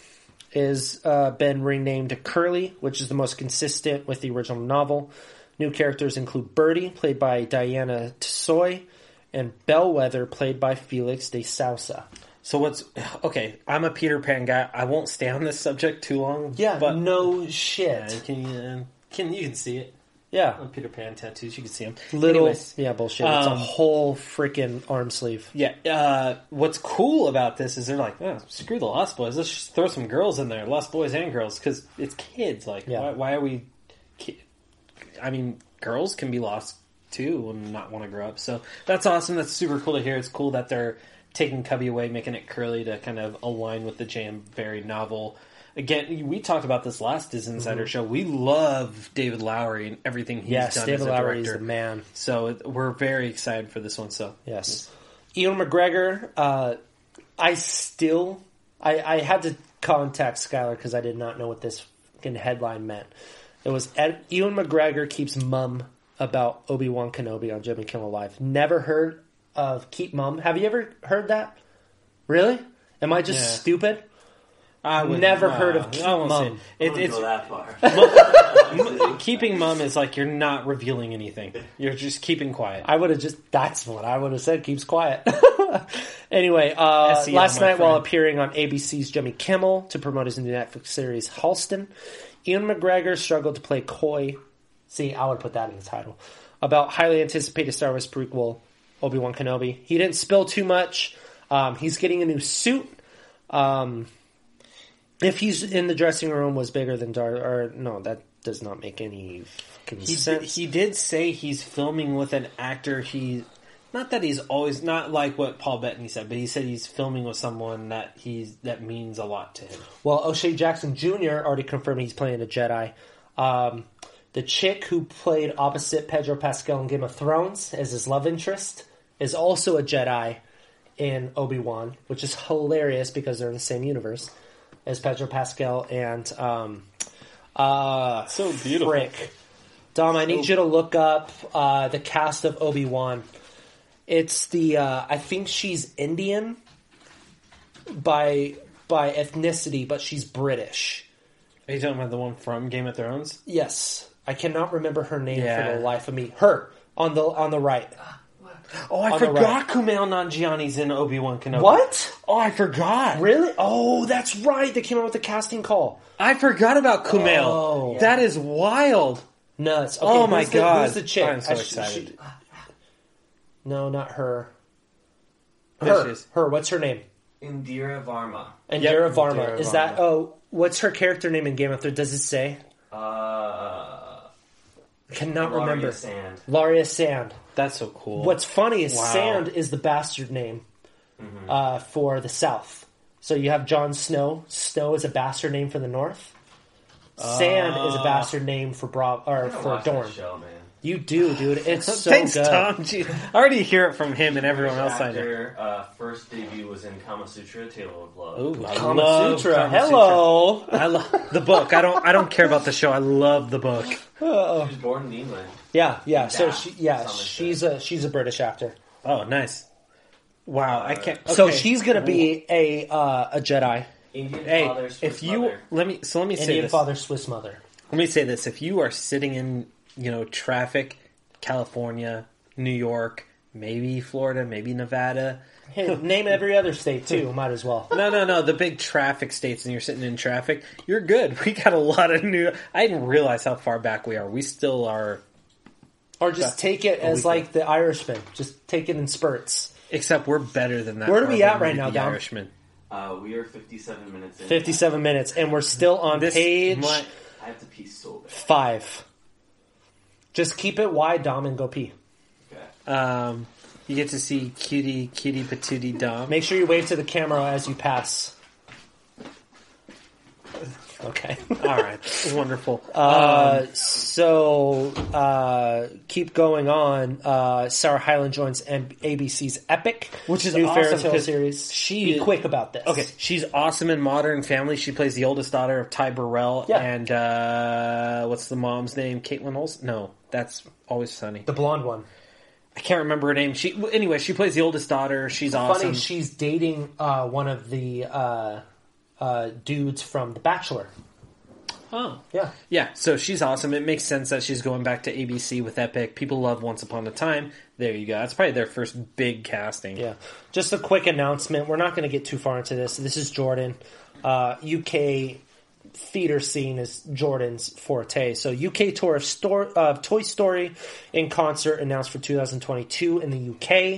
is uh, been renamed to Curly, which is the most consistent with the original novel. New characters include Birdie, played by Diana Tsoy, and Bellwether, played by Felix de Sousa.
so what's okay? I'm a Peter Pan guy. I won't stay on this subject too long.
but
but
no shit.
can you uh, can you can see it?
Yeah,
On Peter Pan tattoos, you can see them.
little
Anyways.
yeah bullshit it's a
Um,
whole freaking arm sleeve
Yeah. Uh, what's cool about this is they're like, oh, screw the Lost Boys. Let's just throw some girls in there, Lost Boys and girls, because it's kids. Like,
Yeah.
why, why are we? Ki- I mean, girls can be lost too and not want to grow up. So that's awesome. That's super cool to hear. It's cool that they're taking Cubby away, making it curly to kind of align with the Jam Very novel. Again, we talked about this last
Mm-hmm.
Disney Insider show. We love David Lowery and everything he's
yes
done
david
as a
lowery is
director.
the man
So it- we're very excited for this one. So
yes ian Mm-hmm. mcgregor uh, i still I, I had to contact skylar because i did not know what this fucking headline meant it was Ed, ian mcgregor keeps mum about obi-wan kenobi on jimmy kimmel live never heard of keep mum have you ever heard that really am i just
Yeah.
stupid
I would-
Never
nah,
heard of keep
I won't say
mum.
it. It-
Don't
it's
go that
[laughs]
far. [laughs]
m- keeping mum is like you're not revealing anything. You're just keeping quiet.
I would have just. That's what I would have said. Keeps quiet. [laughs] anyway, uh,
SEO,
last
E my
night while
friend.
appearing on ABC's Jimmy Kimmel to promote his new Netflix series Halston, Ian McGregor struggled to play coy. See, I would put that in the title about highly anticipated Star Wars prequel Obi Wan Kenobi. He didn't spill too much. Um, he's getting a new suit. Um, if he's in the dressing room, was bigger than Dar. Or no, that does not make any fucking
He did,
sense.
he did say he's filming with an actor. He not that he's always not like what Paul Bettany said, but he said he's filming with someone that he's that means a lot to him.
Well, O'Shea Jackson Jr. already confirmed he's playing a Jedi. Um, the chick who played opposite Pedro Pascal in Game of Thrones as his love interest is also a Jedi in Obi Wan, which is hilarious because they're in the same universe as Pedro Pascal and um, uh,
So beautiful.
Frick. Dom, I need you to look up uh, the cast of Obi Wan. It's the uh, I think she's Indian by by ethnicity, but she's British.
Are you talking about the one from Game of Thrones?
Yes, I cannot remember her name
Yeah.
for the life of me. Her on the on the right.
Oh, I
On the
forgot Kumail Nanjiani's in Obi Wan Kenobi.
What?
Oh, I forgot.
Really? Oh, that's right. They came out with the casting call.
I forgot about Kumail.
Oh.
That is wild.
Nuts. Okay,
Oh
who's
my
the-
god.
Who's the chick?
I'm so
I sh-
excited.
she- no, not her.
There she
Her.
is.
Her. What's her name?
Indira Varma.
And
Yep.
Dara Varma.
Dara
Is that?
Varma.
Oh, what's her character name in Game of Thrones? Does it say?
Uh,
I cannot
Gloria
remember.
Sand.
Laria Sand.
That's so cool.
What's funny is
Wow.
Sand is the bastard name uh, for the South. So you have Jon Snow. Snow is a bastard name for the North. Sand is a bastard name for Bra or
I
for
watch that
Dorn.
show, man.
You do, dude. It's so
Thanks,
good.
Tom. Gee, I already hear it from him and everyone else I know.
Actor, uh, first debut was in Kama Sutra, Tale of Love.
Ooh, I
Kama
love
Sutra.
Kama
Hello.
Sutra. I love the book. I don't. I don't care about the show. I love the book.
She was born in England.
Yeah, yeah. So
Yeah,
she, yeah,
something like
she's a she's a British actor.
Oh, nice. Wow, I can't.
So
okay.
she's gonna be a uh, a Jedi.
Indian father,
Hey,
Swiss
if you
mother.
let me, so let me say
Indian
this.
father, Swiss mother.
Let me say this: if you are sitting in, you know, traffic, California, New York, maybe Florida, maybe Nevada.
Hey, name every other state too. Might as well.
No, no, no. The big traffic states, and you're sitting in traffic. You're good. [laughs] We got a lot of new. I didn't realize how far back we are. We still are,
Or just take it as
weekend.
like the Irishman. Just take it in spurts.
except we're better than that.
Where are
far
we
than
at right
did
now,
The
Dom?
Irishman.
Uh, we are 57 minutes in.
57 minutes, and we're still on
This
page
might-
I have to pee so bad.
five. Just keep it wide, Dom, and go pee.
Okay.
um, you get to see cutie, cutie patootie Dom.
Make sure you wave to the camera as you pass.
[laughs]
Okay.
All right, wonderful.
[laughs] Uh,
Um,
so uh, keep going on. Uh, Sarah Hyland joins M- ABC's Epic,
Which is
new
awesome,
fairy tale
'cause
series.
she
be
is-
quick about this.
Okay, she's awesome in Modern Family. She plays the oldest daughter of Ty Burrell
Yeah.
and uh, what's the mom's name? Caitlin Holst? No, that's Always Sunny.
the blonde one.
I can't remember her name. She well, anyway, she plays the oldest daughter. She's
funny
awesome.
she's dating uh, one of the uh, uh, dudes from The Bachelor.
oh.
Yeah.
Yeah, so she's awesome. It makes sense that she's going back to ABC with Epic. People love Once Upon a Time. There you go. That's probably their first big casting.
Yeah. Just a quick announcement. We're not going to get too far into this. This is Jordan. Uh, UK theater scene is Jordan's forte. So UK tour of store uh, Toy Story in concert announced for 2022 in the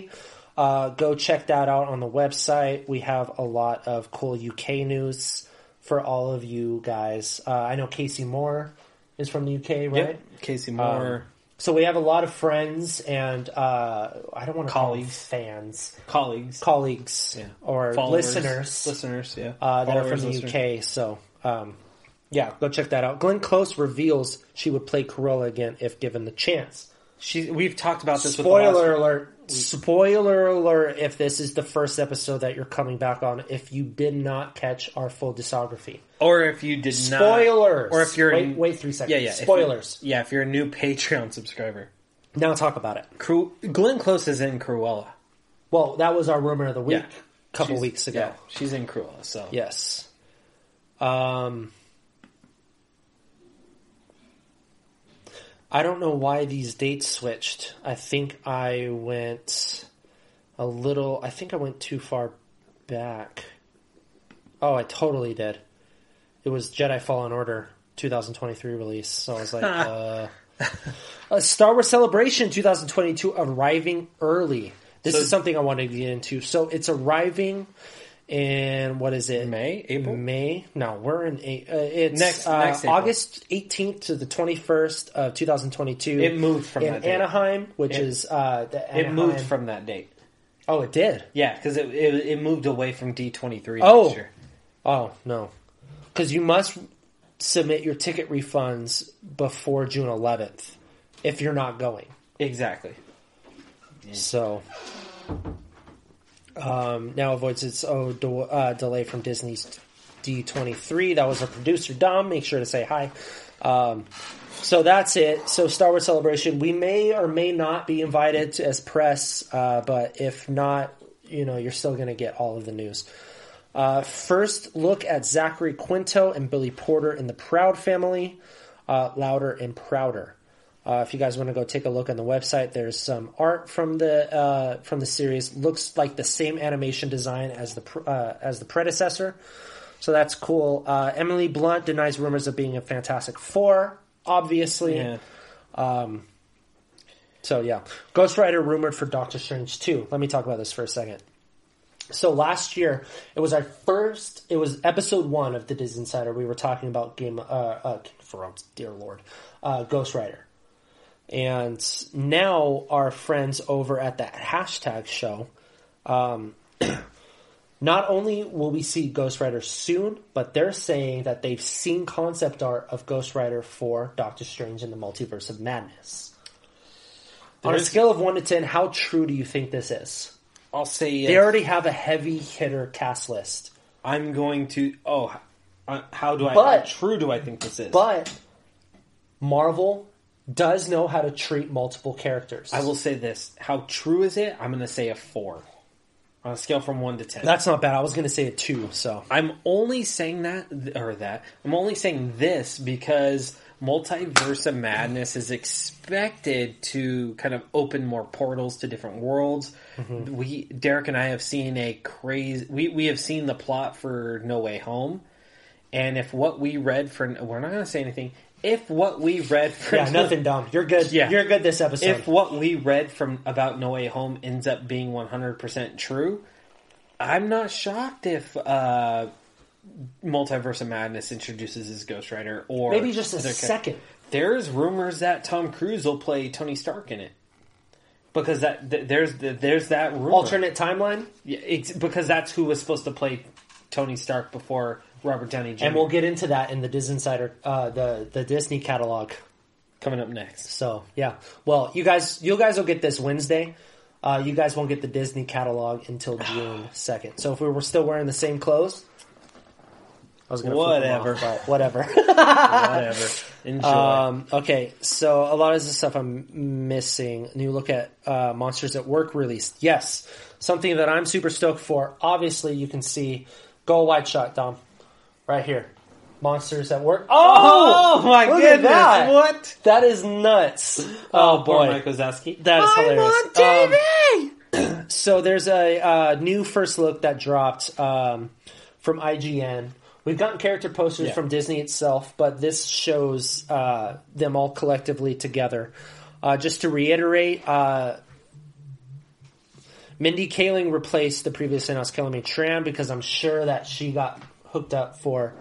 UK. Uh, go check that out on the website. We have a lot of cool UK news for all of you guys. Uh, I know Casey Moore is from the UK, right?
Yep. Um, Casey Moore.
So we have a lot of friends and uh, I don't want to
Colleagues.
call them fans,
colleagues.
colleagues
Yeah.
or
Followers.
listeners
Listeners, yeah.
uh, that are
Followers,
from the
listeners.
UK. So um, yeah, go check that out. Glenn Close reveals she would play Corolla again if given the chance.
She, we've talked about this with the last
Spoiler alert. Spoiler alert if this is the first episode that you're coming back on, if you did not catch our full discography.
or if you did not
Spoilers!
or if you're
Wait, wait three seconds.
yeah yeah if you-
Spoilers.
yeah if you're a new [laughs] Patreon subscriber
Now talk about it.
Cru- Glenn Close is in Cruella
Well, that was our rumor of the week
Yeah.
a couple
She's-
weeks ago.
yeah, she's in Cruella so
Yes. Um, I don't know why these dates switched. I think I went a little. I think I went too far back. Oh, I totally did. It was Jedi Fallen Order 2023 release. So I
[laughs]
was like, uh, a Star Wars Celebration 2022 arriving early. This
So-
is something I wanted to get into. So it's arriving in what is it?
May? April?
May? No, we're in a, uh, it's
Next-
uh,
next April.
August 18th to the 21st of 2022.
It moved from
in
that date.
Anaheim, which
It-
is uh, the
It
Anaheim-
moved from that date.
Oh, it did.
Yeah, because it, it it moved away from D twenty three.
Oh. Oh no, because you must submit your ticket refunds before June 11th if you're not going.
exactly.
So um, now avoids its oh, de- uh, delay from Disney's D23. That was our producer, Dom. Make sure to say hi. Um, so that's it. So Star Wars Celebration, we may or may not be invited to, as press, uh, but if not, you know, you're still going to get all of the news. Uh, first look at Zachary Quinto and Billy Porter in the Proud family, uh, louder and prouder. Uh, if you guys want to go take a look on the website, there's some art from the uh, from the series. Looks like the same animation design as the pr- uh, as the predecessor, so that's cool. Uh, Emily Blunt denies rumors of being a Fantastic Four, obviously.
Yeah.
So yeah, Ghost Rider rumored for Doctor Strange too. Let me talk about this for a second. So last year, it was our first. It was episode one of the Diz Insider. We were talking about Game uh, uh Game of Thrones, dear lord, uh, Ghost Rider, and now our friends over at that hashtag show. Um, [clears throat] not only will we see Ghost Rider soon, but they're saying that they've seen concept art of Ghost Rider for Doctor Strange in the Multiverse of Madness. On a
There's-
scale of one to ten, how true do you think this is?
I'll say uh,
They
yes.
already have a heavy hitter cast list,
I'm going to. Oh, uh, how do I? how
But-
true do I think this is?
but Marvel does know how to treat multiple characters.
I will say this: How true is it? I'm going to say a four on a scale from one to ten.
That's not bad. I was going to say a two.
[laughs]
So
I'm only saying that or that. I'm only saying this because Multiverse of Madness is expected to kind of open more portals to different worlds.
Mm-hmm.
We Derek and I have seen a crazy we we have seen the plot for No Way Home. And if what we read for we're not going to say anything, if what we read for
yeah, nothing dumb. You're good.
Yeah.
you're good this episode.
if what we read from about No Way Home ends up being 100% true, I'm not shocked if uh, Multiverse of Madness introduces his Ghost Rider or
Maybe just a
other character.
second.
There's rumors that Tom Cruise will play Tony Stark in it because that th- there's th- there's that rumor.
alternate timeline,
yeah, it's, because that's who was supposed to play Tony Stark before Robert Downey Jr.
and we'll get into that in the Diz Insider, uh, the the Disney catalog.
coming up next.
So yeah, well, you guys, you guys will get this Wednesday. Uh, you guys won't get the Disney
[sighs]
catalog until June second. So if we were still wearing the same clothes, I was gonna flip them
Whatever.
off, but
[laughs]
whatever. [laughs]
Whatever. Enjoy.
Ah. um, okay, so a lot of the stuff I'm missing. New look at uh, Monsters at Work released. Yes, something that I'm super stoked for. Obviously, you can see. Go wide shot, Dom. Right here, Monsters at Work. Oh,
oh my
look at
goodness!
that.
What?
that is nuts. Oh, boy.
Poor Mike Wazowski.
That is
I'm
hilarious.
on TV!
Um, so there's a uh, new first look that dropped um, from IGN. We've gotten character posters
Yeah.
from Disney itself, but this shows uh, them all collectively together. Uh, just to reiterate, uh, Mindy Kaling replaced the previous announced Kelly Tran because I'm sure that she got hooked up for.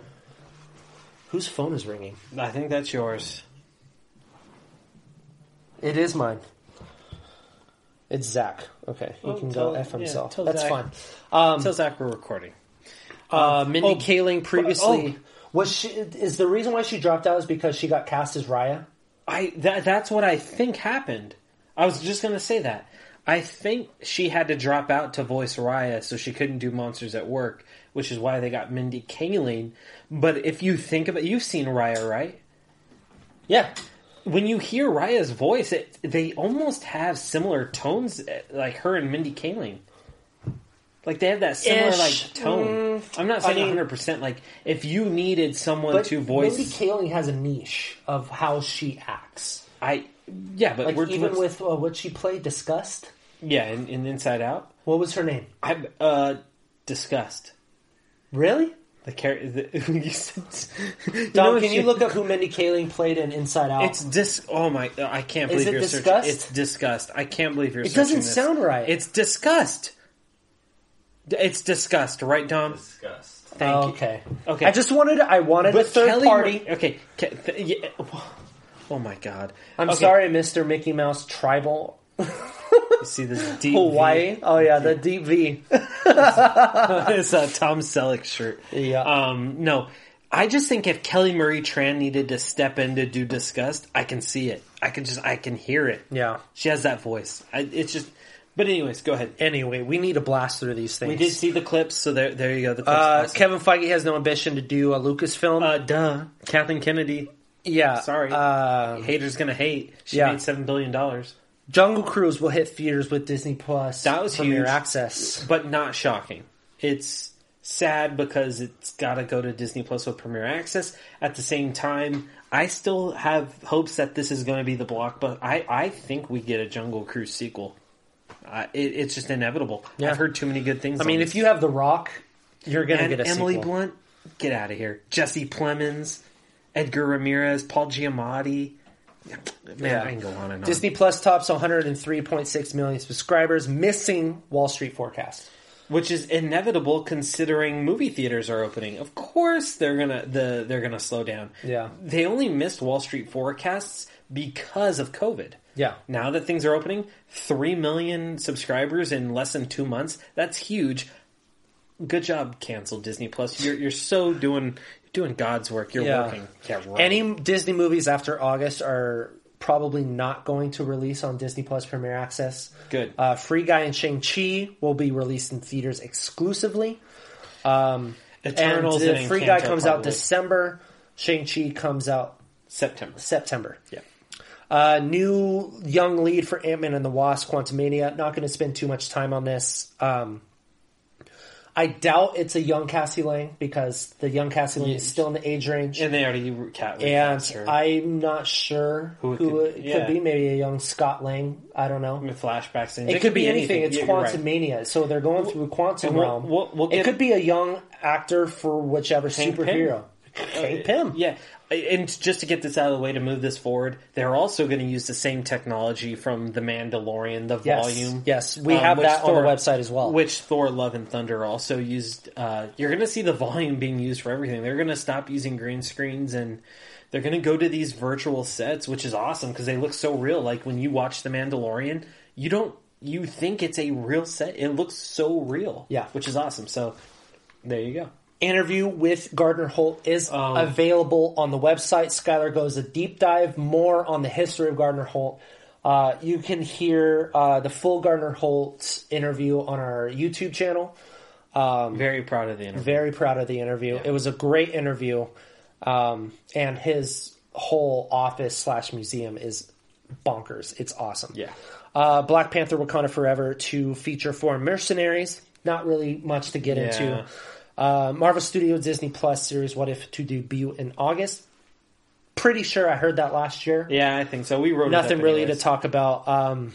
Whose phone is ringing?
I think that's yours.
It is mine. It's Zach. Okay, he
Oh,
can
tell-
go f
yeah,
himself.
tell
That's
Zach.
fine.
Until Zach, we're recording.
Uh, Mindy
oh,
Kaling previously was she is the reason why she dropped out is because she got cast as Raya.
I that that's what I think happened. I was just gonna say that. I think she had to drop out to voice Raya, so she couldn't do Monsters at Work, which is why they got Mindy Kaling. But if you think about, you've seen Raya, right?
Yeah,
When you hear Raya's voice, it, they almost have similar tones, eh, like her and Mindy Kaling. Like they have that similar
Ish. Mm.
like tone. I'm not saying
mean-
100, percent like if you needed someone
but
to voice
Mindy Kaling has a niche of how she acts.
I yeah, but
Like
we're
even
we're-
with uh, what she played, Disgust.
yeah, in, in Inside Out,
What was her name?
I'm uh disgust.
Really?
The char- the, [laughs] you said, you know,
Dom,
if
can you [laughs] look up who Mindy Kaling played in Inside Out?
It's dis. Oh my! I can't
Is
believe
it
you're
disgust?
searching. It's disgust. I can't believe you're.
It
searching
doesn't
this.
sound right.
It's disgust. D- It's disgust, right, Dom?
Disgust.
Thank
Oh,
you.
okay.
Okay.
I just wanted I wanted a third
Kelly-
party.
Okay. Ke- th- yeah. Oh my god.
I'm
Okay,
sorry, Mr. Mickey Mouse Tribal
you See this
[laughs]
deep
Hawaii. Oh yeah, the deep V.
[laughs] it's a Tom Selleck shirt.
Yeah.
Um. No. I just think if Kelly Marie Tran needed to step in to do disgust, I can see it. I can just. I can hear it.
yeah.
She has that voice. I, it's just. But anyways, go ahead.
Anyway, we need to blast through these things.
We did see the clips, so there, there you go. The clips.
Uh,
Awesome.
Kevin Feige has no ambition to do a Lucasfilm.
uh, duh. Kathleen Kennedy.
yeah,
sorry.
Uh,
Haters gonna hate. She
Yeah.
made seven billion dollars,
Jungle Cruise will hit theaters with Disney Plus.
That was
Premier
huge.
access.
but not shocking. It's sad because it's gotta go to Disney Plus with Premier Access. At the same time, I still have hopes that this is gonna be the blockbuster. I I think we get a Jungle Cruise sequel. Uh, it, it's just inevitable.
Yeah.
I've heard too many good things.
I mean, if you have The Rock, you're gonna
and
get a
Emily
sequel.
Blunt, get out of here. Jesse Plemons, Edgar Ramirez, Paul Giamatti. Man,
Yeah.
I can go on and on.
Disney Plus tops 103.6 million subscribers, missing Wall Street forecast.
which is inevitable considering movie theaters are opening. Of course, they're gonna the they're gonna slow down.
Yeah.
they only missed Wall Street forecasts because of COVID.
Yeah.
Now that things are opening, three million subscribers in less than two months—that's huge. Good job, cancel Disney Plus. You're you're so doing doing God's work. You're
Yeah.
working. Yeah, right.
Any Disney movies after August are probably not going to release on Disney Plus Premier Access.
Good.
Uh, Free Guy and Shang Chi will be released in theaters exclusively.
Eternals
and
and,
the Free Guy
Encanto
comes out
probably.
December. Shang Chi comes out
September.
September.
Yeah.
Uh, new young lead for Ant Man and the Wasp, Quantumania. Not going to spend too much time on this. Um, I doubt it's a young Cassie Lang because the young Cassie Lang is still in the age range.
And they already cat
And I'm not sure who
Who it
it could,
could-
it could
yeah.
be. Maybe a young Scott Lang. I don't know.
with flashbacks. And
It, could, be anything. It's
Yeah, you're right.
Quantum Mania, so they're going through a quantum
and we'll-
realm.
we'll- we'll
it
get-
could be a young actor for whichever
Pym. Uh,
superhero. Hank Pym.
Yeah, and just to get this out of the way to move this forward, they're also going to use the same technology from The Mandalorian, the
Yes.
volume.
Yes, we
um,
have
which
that on
Thor-
the website as well.
Which Thor: Love and Thunder also used. Uh, you're going to see the volume being used for everything. They're going to stop using green screens and they're going to go to these virtual sets, which is awesome because they look so real. Like when you watch The Mandalorian, you don't you think it's a real set. It looks so real.
Yeah.
which is awesome. So there you go.
interview with Gardner Holt is
Oh.
available on the website. Skylar goes a deep dive more on the history of Gardner Holt. Uh, you can hear uh, the full Gardner Holt interview on our YouTube channel.
I'm very proud of the interview.
Very proud of the interview. It was a great interview, um, and his whole office slash museum is bonkers. It's awesome.
Yeah.
Uh, Black Panther: Wakanda Forever to feature foreign mercenaries. Not really much to get
Yeah.
into. Uh, Marvel Studio Disney Plus series What If to debut in August. Pretty sure I heard that last year.
Yeah, I think so. We wrote it
Nothing
up
really
anyways.
to talk about. Um,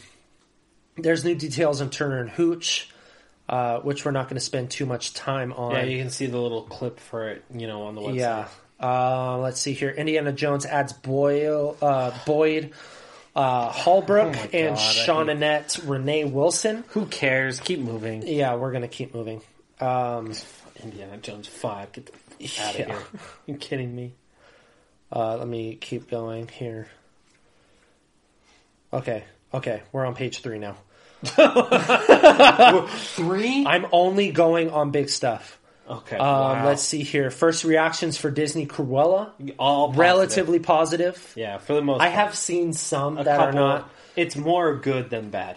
there's new details on Turner and Hooch, uh, which we're not going to spend too much time on.
Yeah, you can see the little clip for it, you know, on the website.
Yeah. Uh, let's see here. Indiana Jones adds Boyle, uh, Boyd, uh, Hallbrook,
Oh my God,
and
I
Sean
hate-
Annette Renee Wilson.
Who cares? Keep moving.
Yeah, we're gonna keep moving. Um,
Indiana Jones 5. Get the fuck out of
Yeah.
here. [laughs] you kidding me?
uh, let me keep going here. Okay, okay, we're on page three now.
[laughs]
[laughs]
Three?
I'm only going on big stuff.
Okay.
Um,
wow.
Let's see here. First reactions for Disney Cruella,
All positive.
relatively positive.
Yeah, for the most
I
part.
have seen some
a
that
couple.
are not.
It's more good than bad.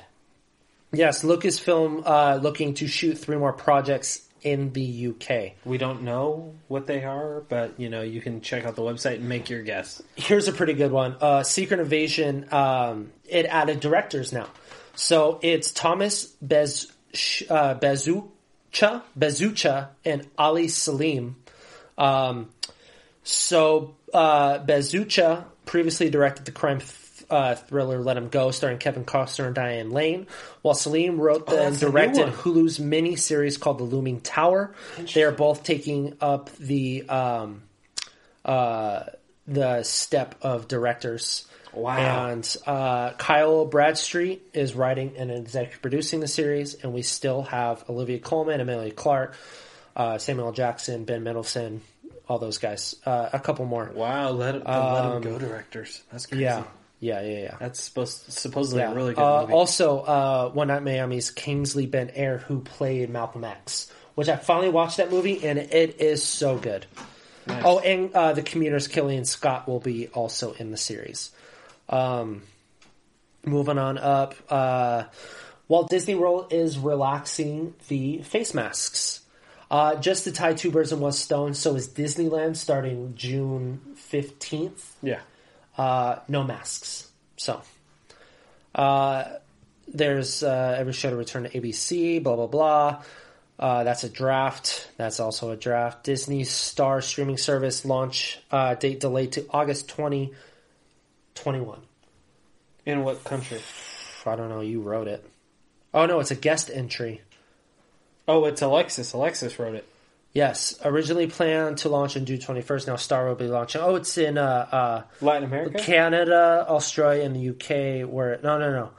Yes, Lucasfilm uh, looking to shoot three more projects in the UK.
We don't know what they are, but, you know, you can check out the website and make your guess.
Here's a pretty good one: uh, Secret Invasion. Um, it added directors now, so it's Thomas Bez uh, Bezucha, Bezucha, and Ali Salim. Um, so uh, Bezucha previously directed the crime th- uh, thriller Let Him Go, starring Kevin Costner and Diane Lane, while Salim wrote the and
Oh, that's a new
directed
one.
Hulu's mini series called The Looming Tower. They are both taking up the um, uh, the step of directors.
Wow.
And uh, Kyle Bradstreet is writing and executive producing the series, and we still have Olivia Coleman, Amelia Clark, uh, Samuel L. Jackson, Ben Mendelsohn, all those guys, uh, a couple more.
Wow, let it, the let him go directors. That's crazy.
Yeah, yeah, yeah, yeah.
That's supposed supposedly
Yeah.
a really good
Uh,
movie.
Also, uh, One Night in Miami's Kingsley Ben Air, who played Malcolm X, which I finally watched that movie, and it is so good. Oh, and uh, the commuters Killian Scott will be also in the series. Um, moving on up, uh, Walt Disney World is relaxing the face masks. Uh, just to tie two birds in one stone, so is Disneyland starting June 15th
yeah.
uh, no masks. So uh, there's uh, every show to return to ABC. Blah blah blah. Uh, that's a draft. That's also a draft. Disney Star streaming service launch uh, date delayed to August twenty twenty one.
In what country?
I don't know. You wrote it. Oh no, it's a guest entry.
Oh, it's Alexis. Alexis wrote it.
Yes, originally planned to launch on June twenty first. Now Star will be launching. Oh, it's in uh,
Latin
uh,
America.
Canada, Australia, and the UK. Where no, no, no.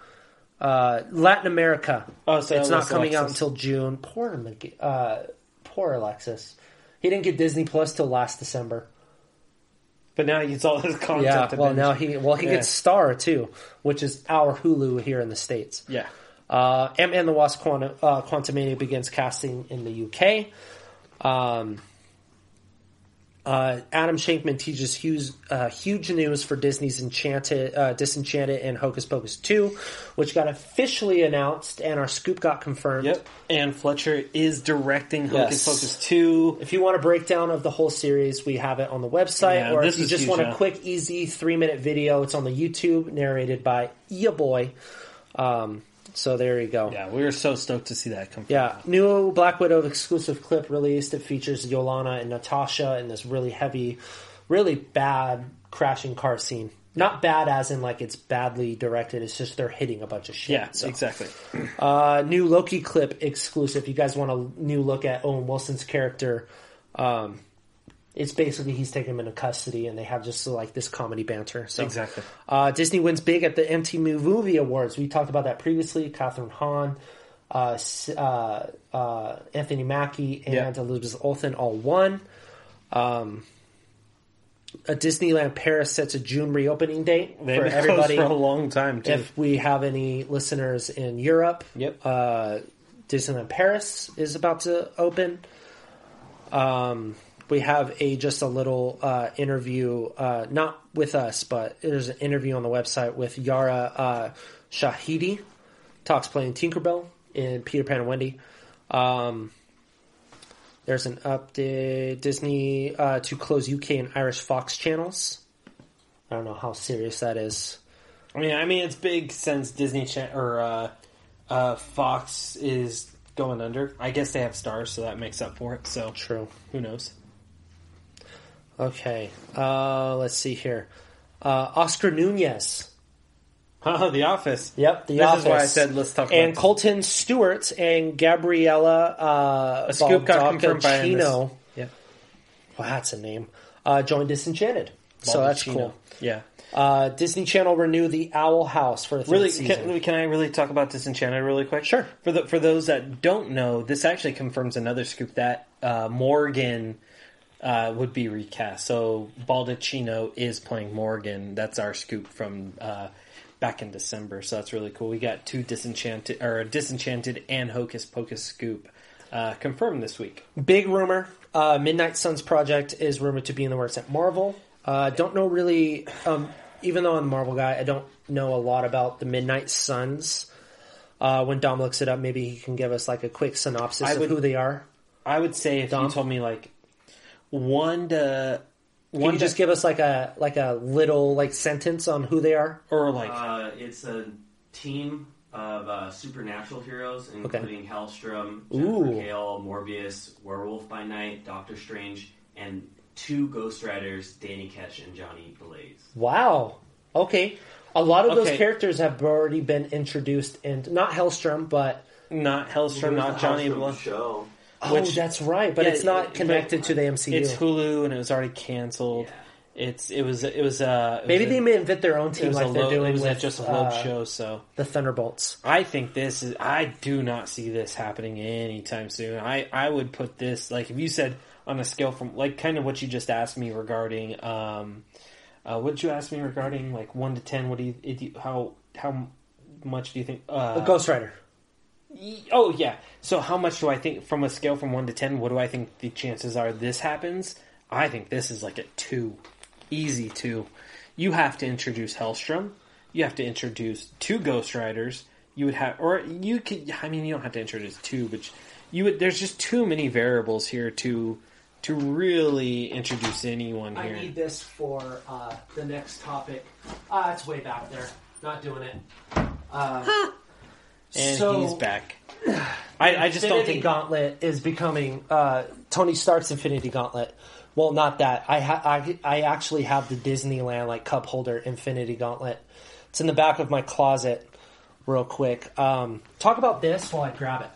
Uh, Latin America.
Oh, so
it's
that
not
was
coming out
Alexis.
until June. Poor Mc- uh, poor Alexis. He didn't get Disney Plus till last December.
But now it's all his content.
Yeah.
to
Well,
binge.
now he well he
Yeah.
gets Star too, which is our Hulu here in the states.
Yeah.
Uh, Ant Man the Wasp Quantum, uh, Quantumania begins casting in the UK. Um, uh, Adam Shankman teaches huge, uh, huge news for Disney's Enchanted, uh, Disenchanted, and Hocus Pocus 2, which got officially announced, and our scoop got confirmed.
Yep. And Fletcher is directing Hocus
Yes.
Pocus two.
If you want a breakdown of the whole series, we have it on the website,
Yeah,
or
this
if you
is
just
huge,
want
huh?
a quick, easy three minute video, it's on the YouTube, narrated by ya boy. Um, so there you go.
Yeah, we were so stoked to see that come.
Yeah, new Black Widow exclusive clip released. It features Yolana and Natasha in this really heavy, really bad crashing car scene. Not bad as in like it's badly directed. It's just they're hitting a bunch of shit.
Yeah,
So,
exactly.
Uh, new Loki clip exclusive. You guys want a new look at Owen Wilson's character? Um, it's basically he's taking him into custody, and they have just like this comedy banter. So
Exactly.
uh, Disney wins big at the MTV Movie Awards. We talked about that previously. Catherine Hahn, uh, S- uh, uh, Anthony Mackie, and
Yeah.
Elizabeth Olsen all won. Um, a Disneyland Paris sets a June reopening date
They've
for
been
everybody.
closed for a long time too.
if we have any listeners in Europe,
Yep.
uh, Disneyland Paris is about to open. Um, we have a just a little uh, interview, uh, not with us, but there's an interview on the website with Yara uh, Shahidi, talks playing Tinkerbell in Peter Pan and Wendy. Um, there's an update Disney uh, to close UK and Irish Fox channels. I don't know how serious that is.
I mean, I mean, it's big since Disney Chan- or uh, uh, Fox is going under. I guess they have stars, so that makes up for it. So
True.
who knows? [laughs]
Okay. Uh, let's see here. Uh, Oscar Nunez.
the Office.
Yep. The
This
Office.
is why I said let's talk.
and
about
Colton Stewart and Gabriella uh,
A scoop got confirmed by
Baldacchino.
Ernest. Yeah.
Well, that's a name. Uh, joined Disenchanted. So that's
Baldacchino.
cool.
Yeah.
Uh, Disney Channel renew the Owl House for the third
Really,
season.
can, can I really talk about Disenchanted really quick?
Sure.
For the, for those that don't know, this actually confirms another scoop that uh, Morgan uh, would be recast. So Baldacchino is playing Morgan. That's our scoop from uh, back in December. So that's really cool. We got two Disenchanted or a Disenchanted and Hocus Pocus scoop uh, confirmed this week.
Big rumor. Uh, Midnight Suns project is rumored to be in the works at Marvel. Uh, don't know really. Um, even though I'm a Marvel guy, I don't know a lot about the Midnight Suns. Uh, when Dom looks it up, maybe he can give us like a quick synopsis
I
of
would-
who they are.
I would say if
Dom?
you told me like one to
Can
one
you
to-
just give us like a like a little like sentence on who they are?
or like
Uh, it's a team of uh, supernatural heroes, including Hellstrom,
Ooh.
Jennifer Hale, Morbius, Werewolf by Night, Doctor Strange, and two Ghost Riders, Danny Ketch and Johnny Blaze.
Wow. Okay. A lot of
Okay.
those characters have already been introduced, and not Hellstrom, but
Not Hellstrom,
There's
not
a
Johnny
Hellstrom
Blunt.
show.
oh,
Which-
that's right. But
yeah,
it's not
it-
connected to the MCU.
It's Hulu, and it was already canceled. It's it was it was uh it
Maybe
was a-
they may invent their own
it
team
was
like
a
they're
low, it
doing
was a
with
just a low
uh,
show. So
the Thunderbolts.
I think this is. I do not see this happening anytime soon. I I would put this like if you said on a scale from like kind of what you just asked me regarding um, uh, what would you ask me regarding like one to ten? What do you, if you how how much do you think? Uh,
Ghost Rider.
y- oh yeah. So how much do I think from a scale from one to ten? What do I think the chances are this happens? I think this is like a two, easy two. You have to introduce Hellstrom. You have to introduce two Ghost Riders. You would have, or you could. I mean, you don't have to introduce two, but you would. There's just too many variables here to to really introduce anyone
I
here.
need this for uh, the next topic. Uh, it's way back there. Not doing it. Uh,
and
so-
he's back. I, I just don't
Infinity
think.
Gauntlet is becoming uh, Tony Stark's Infinity Gauntlet. Well, not that. I, ha- I I actually have the Disneyland like cup holder Infinity Gauntlet. It's in the back of my closet. Real quick, um, talk about this while I grab it.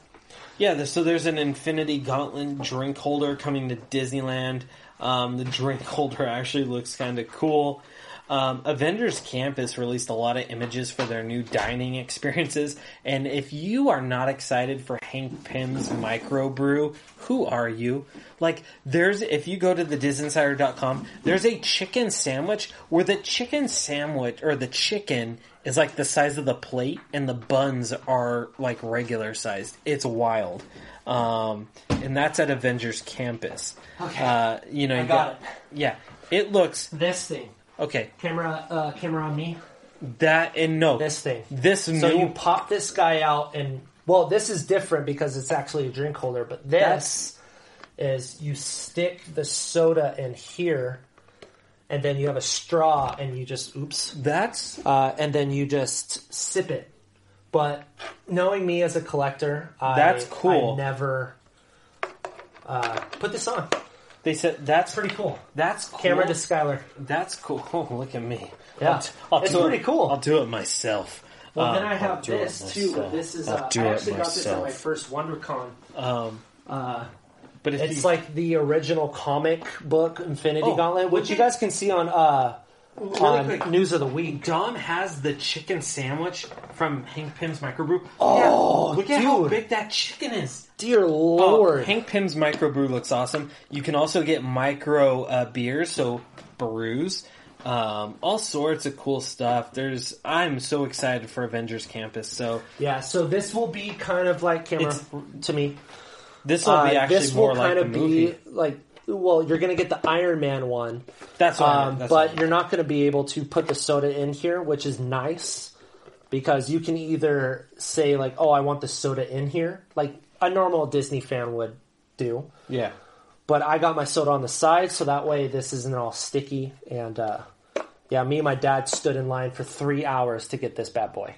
Yeah, there's, so there's an Infinity Gauntlet drink holder coming to Disneyland. Um, the drink [laughs] holder actually looks kind of cool. Um, Avengers Campus released a lot of images for their new dining [laughs] experiences, and if you are not excited for Hank Pym's microbrew, who are you? Like, there's if you go to the disinsider.com, there's a chicken sandwich where the chicken sandwich or the chicken is like the size of the plate and the buns are like regular sized. It's wild. Um, and that's at Avengers Campus.
Okay.
Uh, you know,
I
you
got
Yeah. It looks
this thing.
okay.
Camera, uh, camera on me.
That and no.
This thing.
This new
So you pop this guy out, and well, this is different because it's actually a drink holder. But this is you stick the soda in here, and then you have a straw, and you just oops,
that's
uh, and then you just sip it. But knowing me as a collector, I,
That's
I
cool.
never uh, put this on.
they said that's
Pretty cool.
that's cool.
Camera to Skylar.
That's cool. [laughs] Oh, look at me.
Yeah.
I'll t- I'll
It's
do
pretty
it.
cool.
I'll do it myself.
Well, then
Um,
I
I'll
have
do it
this too.
myself.
This is.
I'll
Uh,
do
I
it
actually got this at my
myself.
first WonderCon.
Um,
Uh,
but if
It's
you,
like the original comic book Infinity
Oh,
Gauntlet, which you guys can see on uh, on
quick.
News of the Week.
Dom has the chicken sandwich from Hank Pym's microbrew.
Oh,
look at how
dude.
big that chicken is.
Dear
Oh,
Lord.
Hank Pym's microbrew looks awesome. You can also get micro uh, beers, so brews, um, all sorts of cool stuff. There's, I'm so excited for Avengers Campus. So
yeah, so this will be kind of like camera to me.
this will be
Uh,
actually
this
more
will
like
kind
the
of
movie.
be like well, you're going to get the Iron Man one,
that's what. I
um,
meant, that's what I
but
meant.
you're not going to be able to put the soda in here, which is nice because you can either say like, "Oh, I want the soda in here," like a normal Disney fan would do.
yeah.
but I got my soda on the side, so that way this isn't all sticky. And uh, yeah, me and my dad stood in line for three hours to get this bad boy,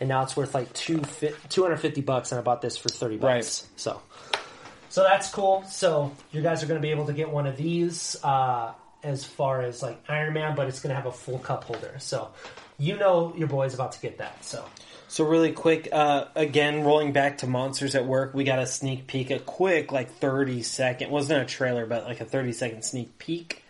and now it's worth like two two hundred fifty bucks, and I bought this for thirty bucks. So, so that's cool. So you guys are going to be able to get one of these uh, as far as like Iron Man, but it's going to have a full cup holder. So you know your boy's about to get that. So
So really quick, uh, again, rolling back to Monsters at Work, we got a sneak peek, a quick like thirty second, wasn't a trailer, but like a thirty second sneak peek.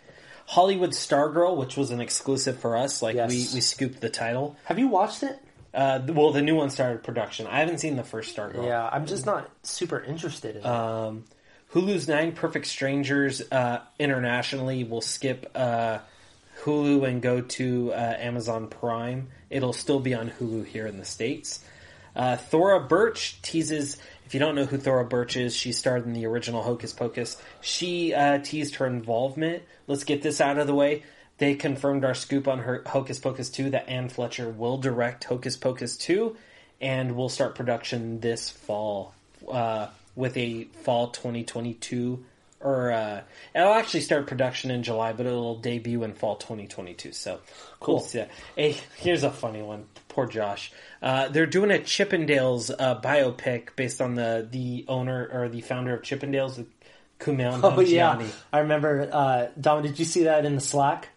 Hollywood Stargirl, which was an exclusive for us, like
Yes.
we, we scooped the title.
have you watched it?
Uh, th- well, the new one started production. I haven't seen the first Stargirl.
Yeah, I'm just not super interested in it.
Hulu's Nine Perfect Strangers uh, internationally will skip uh, Hulu and go to uh, Amazon Prime. It'll still be on Hulu here in the States. Uh, Thora Birch teases. If you don't know who Thora Birch is, she starred in the original Hocus Pocus. She uh, teased her involvement. Let's get this out of the way. They confirmed our scoop on her Hocus Pocus 2 that Ann Fletcher will direct Hocus Pocus 2 and will start production this fall uh, with a fall 2022 or uh, it'll actually start production in July, but it'll debut in fall 2022. So cool. Yeah. Hey, here's a funny one. Poor Josh. Uh, they're doing a Chippendales uh, biopic based on the the owner or the founder of Chippendales, Kumail
Oh yeah,
Nanjiani.
I remember. Uh, Dom, did you see that in the Slack?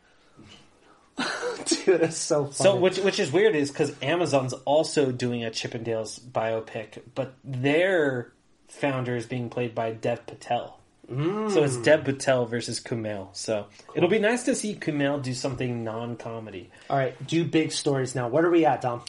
[laughs] Dude, that's so funny.
So, which which is weird is because Amazon's also doing a Chippendales biopic, but their founder is being played by Dev Patel. So it's Dev Patel versus Kumail. So it'll be nice to see Kumail do something non-comedy.
All right, do big stories now. What are we at, Dom?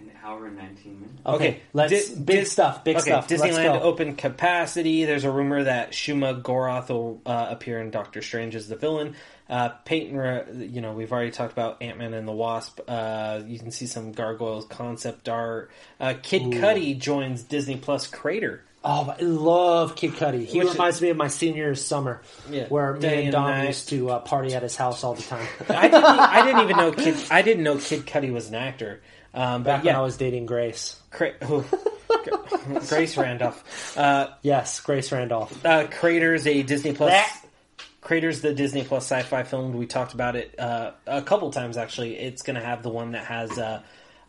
An hour and 19 minutes.
Okay, let's
Di-
big
Dis-
stuff. Big
okay,
stuff.
Disneyland oh.
let's go.
open capacity. There's a rumor that Shuma Goroth will uh, appear in Doctor Strange as the villain. Uh, Peyton, Ra- you know, we've already talked about Ant Man and the Wasp. Uh, you can see some gargoyles concept art. Uh, Kid Cudi joins Disney Plus Crater.
Oh, I love Kid Cudi. He
Which-
reminds me of my senior summer,
Yeah.
where me
Day
and
and
Dom
night.
used to uh, party at his house all the time.
[laughs] I didn't, e, I didn't even know Kid. I didn't know Kid Cudi was an actor. Um, but
Back when I
yeah,
was dating Grace.
Cra- [laughs] Grace Randolph. Uh,
Yes, Grace Randolph.
uh, Craters, a Disney Plus.
That-
Craters, the Disney Plus sci-fi film. We talked about it uh, a couple times actually. It's going to have the one that has uh,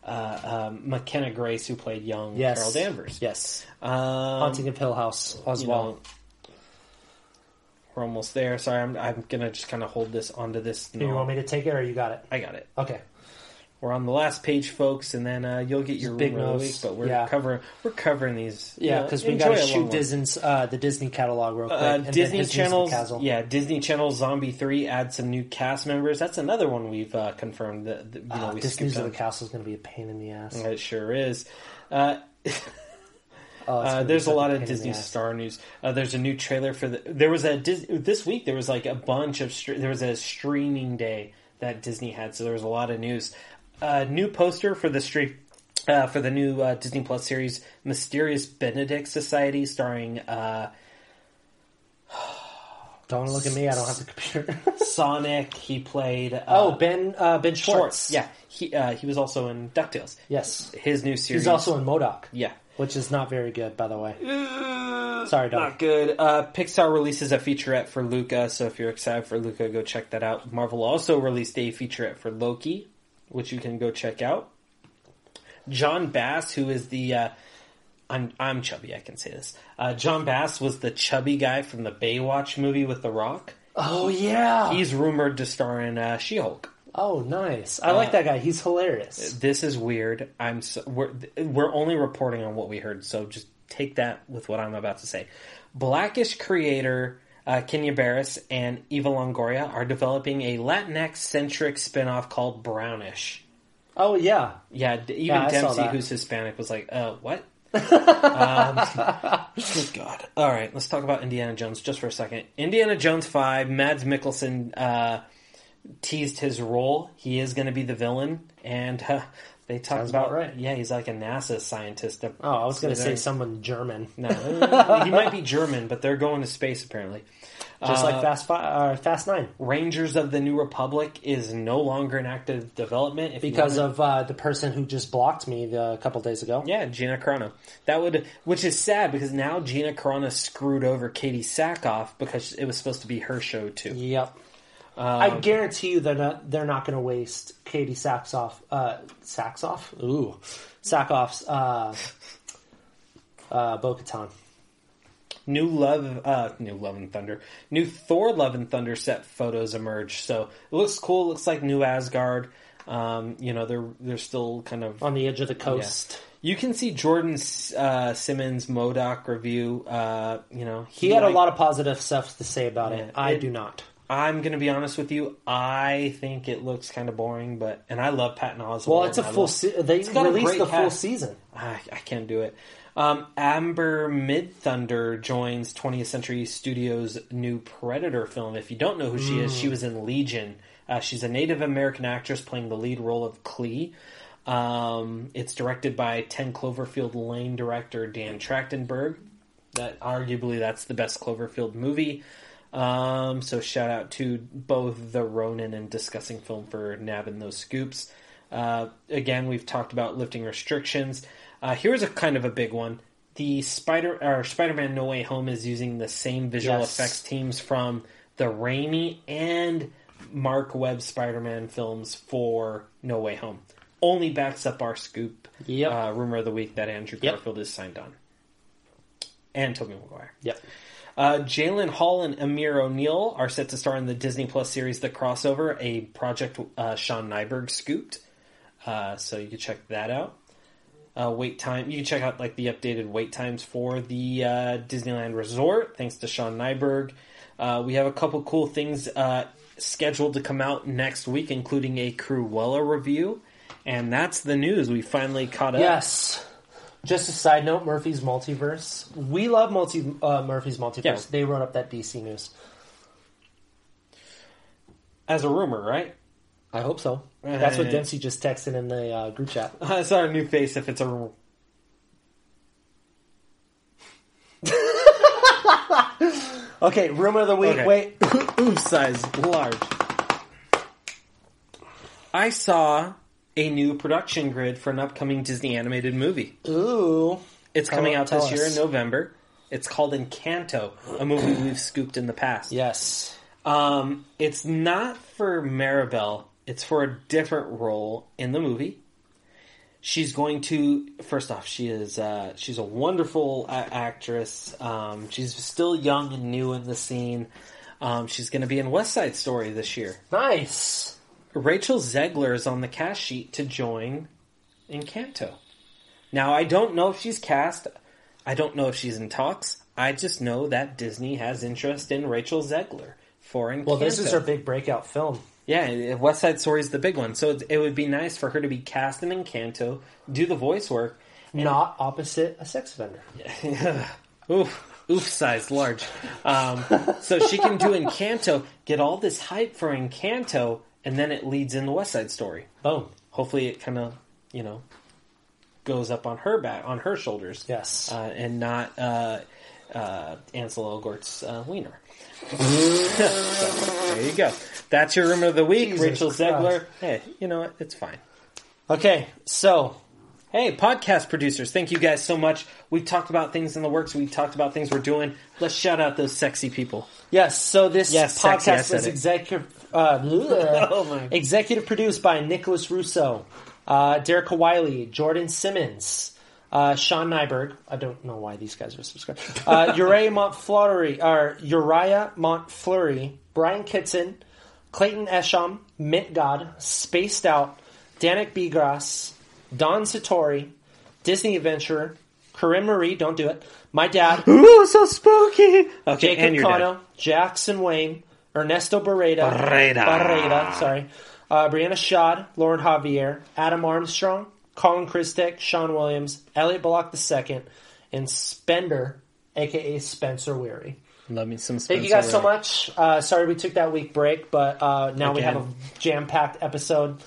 uh, um, McKenna Grace, who played young
Yes,
Carol Danvers.
Yes,
um,
Haunting of Hill House.
you
Oswald.
know, we're almost there. Sorry, I'm, I'm going to just kind of hold this onto this.
Do you want me to take it or you got it?
I got it.
Okay.
We're on the last page, folks, and then uh, you'll get your
Big
big rumor of the week.
notes.
But we're
Yeah.
covering we're covering these.
Yeah,
you know,
because we
enjoy
got to
a long
shoot
one.
Disney's uh, the Disney catalog real quick.
Uh,
and then
Disney
Disney's
Channel's
Castle.
yeah, Disney Channel's Zombie Three adds some new cast members. That's another one we've uh, confirmed that, that, you know
Uh,
we
Disney's of the
skipped
Castle is going to be a pain in the ass.
on. It sure is. Uh,
Oh, it's
uh,
gonna be
there's a
such
lot
pain
of
in the
Disney
ass.
Star news. Uh, there's a new trailer for the. There was a Dis, this week. There was like a bunch of stre- there was a streaming day that Disney had, so there was a lot of news. Uh, new poster for the street uh, for the new uh, Disney Plus series Mysterious Benedict Society, starring uh, [laughs]
Don't look at me. I don't have the computer.
[laughs]
[laughs]
Sonic. He played uh,
oh, Ben uh, Ben
Schwartz.
Schwartz.
Yeah, he uh, he was also in Ducktales.
Yes.
His new series.
He's also in Modoc.
yeah.
Which is not very good, by the way. Sorry, Doc.
Not good. Uh, Pixar releases a featurette for Luca, so if you're excited for Luca, go check that out. Marvel also released a featurette for Loki, which you can go check out. John Bass, who is the uh, I'm I'm chubby, I can say this. Uh, John Bass was the chubby guy from the Baywatch movie with The Rock.
Oh yeah.
He's rumored to star in uh, She-Hulk.
oh nice.
Uh,
I like that guy. He's hilarious.
this is weird. I'm so, we're we're only reporting on what we heard, so just take that with what I'm about to say. Blackish creator uh, Kenya Barris and Eva Longoria are developing a Latinx centric spinoff called Brownish.
Oh yeah.
Yeah, d- even
Yeah, I saw
Dempsey,
that.
who's Hispanic, was like, "Uh,
[laughs]
what?" um, good God! All right, let's talk about Indiana Jones just for a second. Indiana Jones Five. Mads Mikkelsen uh, teased his role. He is going to be the villain, and uh, they talked
Sounds about right.
Yeah, he's like a NASA scientist.
Oh, I was going to
So
say
they're-
someone German, [laughs]
No, he might be German, but they're going to space apparently.
just like Fast Five, uh, Fast Nine,
Rangers of the New Republic is no longer in active development if you
because
wanna-
of uh, the person who just blocked me the, a couple days ago.
Yeah, Gina Carano. That would, which is sad because now Gina Carano screwed over Katie Sackhoff because it was supposed to be her show too.
Yep. Um, I guarantee you they're not they're not going to waste Katie Saxoff uh Saxoff ooh Sackoff's uh uh Bo-Katan.
New Love, uh, New Love and Thunder, new Thor Love and Thunder set photos emerge. So it looks cool. It looks like new Asgard. Um, you know, they're they're still kind of
on the edge of the coast.
You can see Jordan uh, Simmons Modoc review. Uh, you know,
He had
liked-
a lot of positive stuff to say about
Yeah,
it. I
it-
do not.
I'm going to be honest with you. I think it looks kind of boring, but and I love Patton Oswalt.
Well, it's a
and I
full.
love-
Se- they
got a
released
great
the full
cast.
season.
Ah, I, I can't do it. Um, Amber Mid Thunder joins 20th Century Studios' new Predator film. If you don't know who she is, she was in Legion. Uh, she's a Native American actress playing the lead role of Klee. Um, it's directed by 10 Cloverfield Lane director Dan Trachtenberg. That arguably that's the best Cloverfield movie. Um, so shout out to both the Ronin and discussing film for nabbing those scoops. Uh, again, we've talked about lifting restrictions. Uh, here's a kind of a big one. The Spider or Spider-Man No Way Home is using the same visual
Yes.
effects teams from the Raimi and Mark Webb Spider-Man films for No Way Home. Only backs up our scoop
Yep.
uh, rumor of the week that Andrew
Yep.
Garfield is signed on. and Toby Maguire.
Yep.
Uh, Jalen Hall and Amir O'Neill are set to star in the Disney Plus series The Crossover, a project uh, Sean Nyberg scooped. Uh, so you can check that out. Uh, wait time. You can check out like the updated wait times for the uh, Disneyland Resort. Thanks to Sean Nyberg, uh, we have a couple cool things uh, scheduled to come out next week, including a Cruella review. And that's the news. We finally caught up.
Yes. Just a side note, Murphy's Multiverse. We love multi uh, Murphy's Multiverse.
Yeah.
They wrote up that DC news.
As a rumor, right? [laughs]
I hope so. Eh. That's what
Right.
Dempsey just texted in the uh, group chat.
That's our new face if it's a rumor.
Okay, rumor of the week.
Okay.
Wait,
Ooh, size large. I saw a new production grid for an upcoming Disney animated movie.
ooh,
It's coming out
Oh, tell
this year
us.
in November. It's called Encanto, a movie
[clears throat]
we've scooped in the past.
yes,
Um, it's not for Maribel. It's for a different role in the movie. She's going to first off, she is uh, she's a wonderful a- actress. Um, she's still young and new in the scene. Um, she's going to be in West Side Story this year.
nice.
Rachel Zegler is on the cast sheet to join Encanto. Now, I don't know if she's cast. I don't know if she's in talks. I just know that Disney has interest in Rachel Zegler for Encanto.
Well, this is her big breakout film.
Yeah, it- West Side Story is the big one. So it, it would be nice for her to be cast in Encanto, do the voice work. [sighs]
Not opposite a sex offender.
Oof, oof, size large. Um, so she can do Encanto, get all this hype for Encanto, and then it leads into West Side Story.
Boom.
hopefully it kind of you know goes up on her back on her shoulders
Yes.
uh, and not uh, uh, Ansel Elgort's uh, wiener. [laughs] so, there you go. That's your rumor of the week,
Jesus
Rachel
Christ.
Zegler. Hey, you know what? It's fine.
Okay, so
Hey, podcast producers, thank you guys so much. We've talked about things in the works. We've talked about things we're doing. Let's shout out those sexy people.
Yes, so this
Yes,
podcast
sexy, I said
was
it.
executive uh,
[laughs] Oh my-
executive produced by Nicholas Russo, uh, Derek Wiley, Jordan Simmons, uh, Sean Nyberg. I don't know why these guys are subscribed.
[laughs]
Uh, Uriah Montfleury, or Uriah Montfleury, Brian Kitson, Clayton Esham, Mint God, Spaced Out, Danik Bigras, Don Satori, Disney Adventurer, Corinne Marie. Don't do it. My dad.
Um,
Ooh, so spooky. Okay, and
Jacob
your dad.
Cano, Jackson Wayne, Ernesto Barreda,
Barreda.
Barreda, sorry, uh, Brianna Shad, Lauren Javier, Adam Armstrong, Colin Christek, Sean Williams, Elliot Block II, and Spender, aka Spencer Weary.
Love me some
Thank
Spencer.
you guys so
Ware.
much. Uh, sorry we took that week break, but uh, now we
Again.
have a jam-packed episode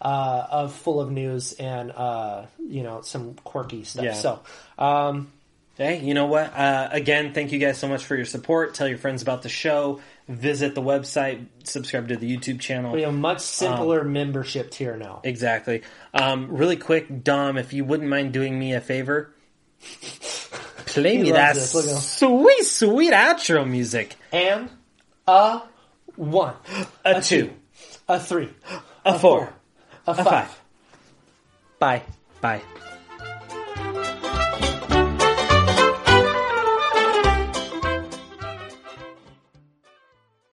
uh, of full of news and uh, you know some quirky stuff.
Yeah.
So um,
Hey, you know what? Uh, again, thank you guys so much for your support. Tell your friends about the show. Visit the website. Subscribe to the YouTube channel.
we have a much simpler
Um,
membership tier now.
Exactly. Um, really quick, Dom, if you wouldn't mind doing me a favor, play me that
loves this. Look at him.
sweet, sweet outro music.
and a one, [gasps]
A, two,
a three,
a four,
a
a
five.
five. Bye. Bye.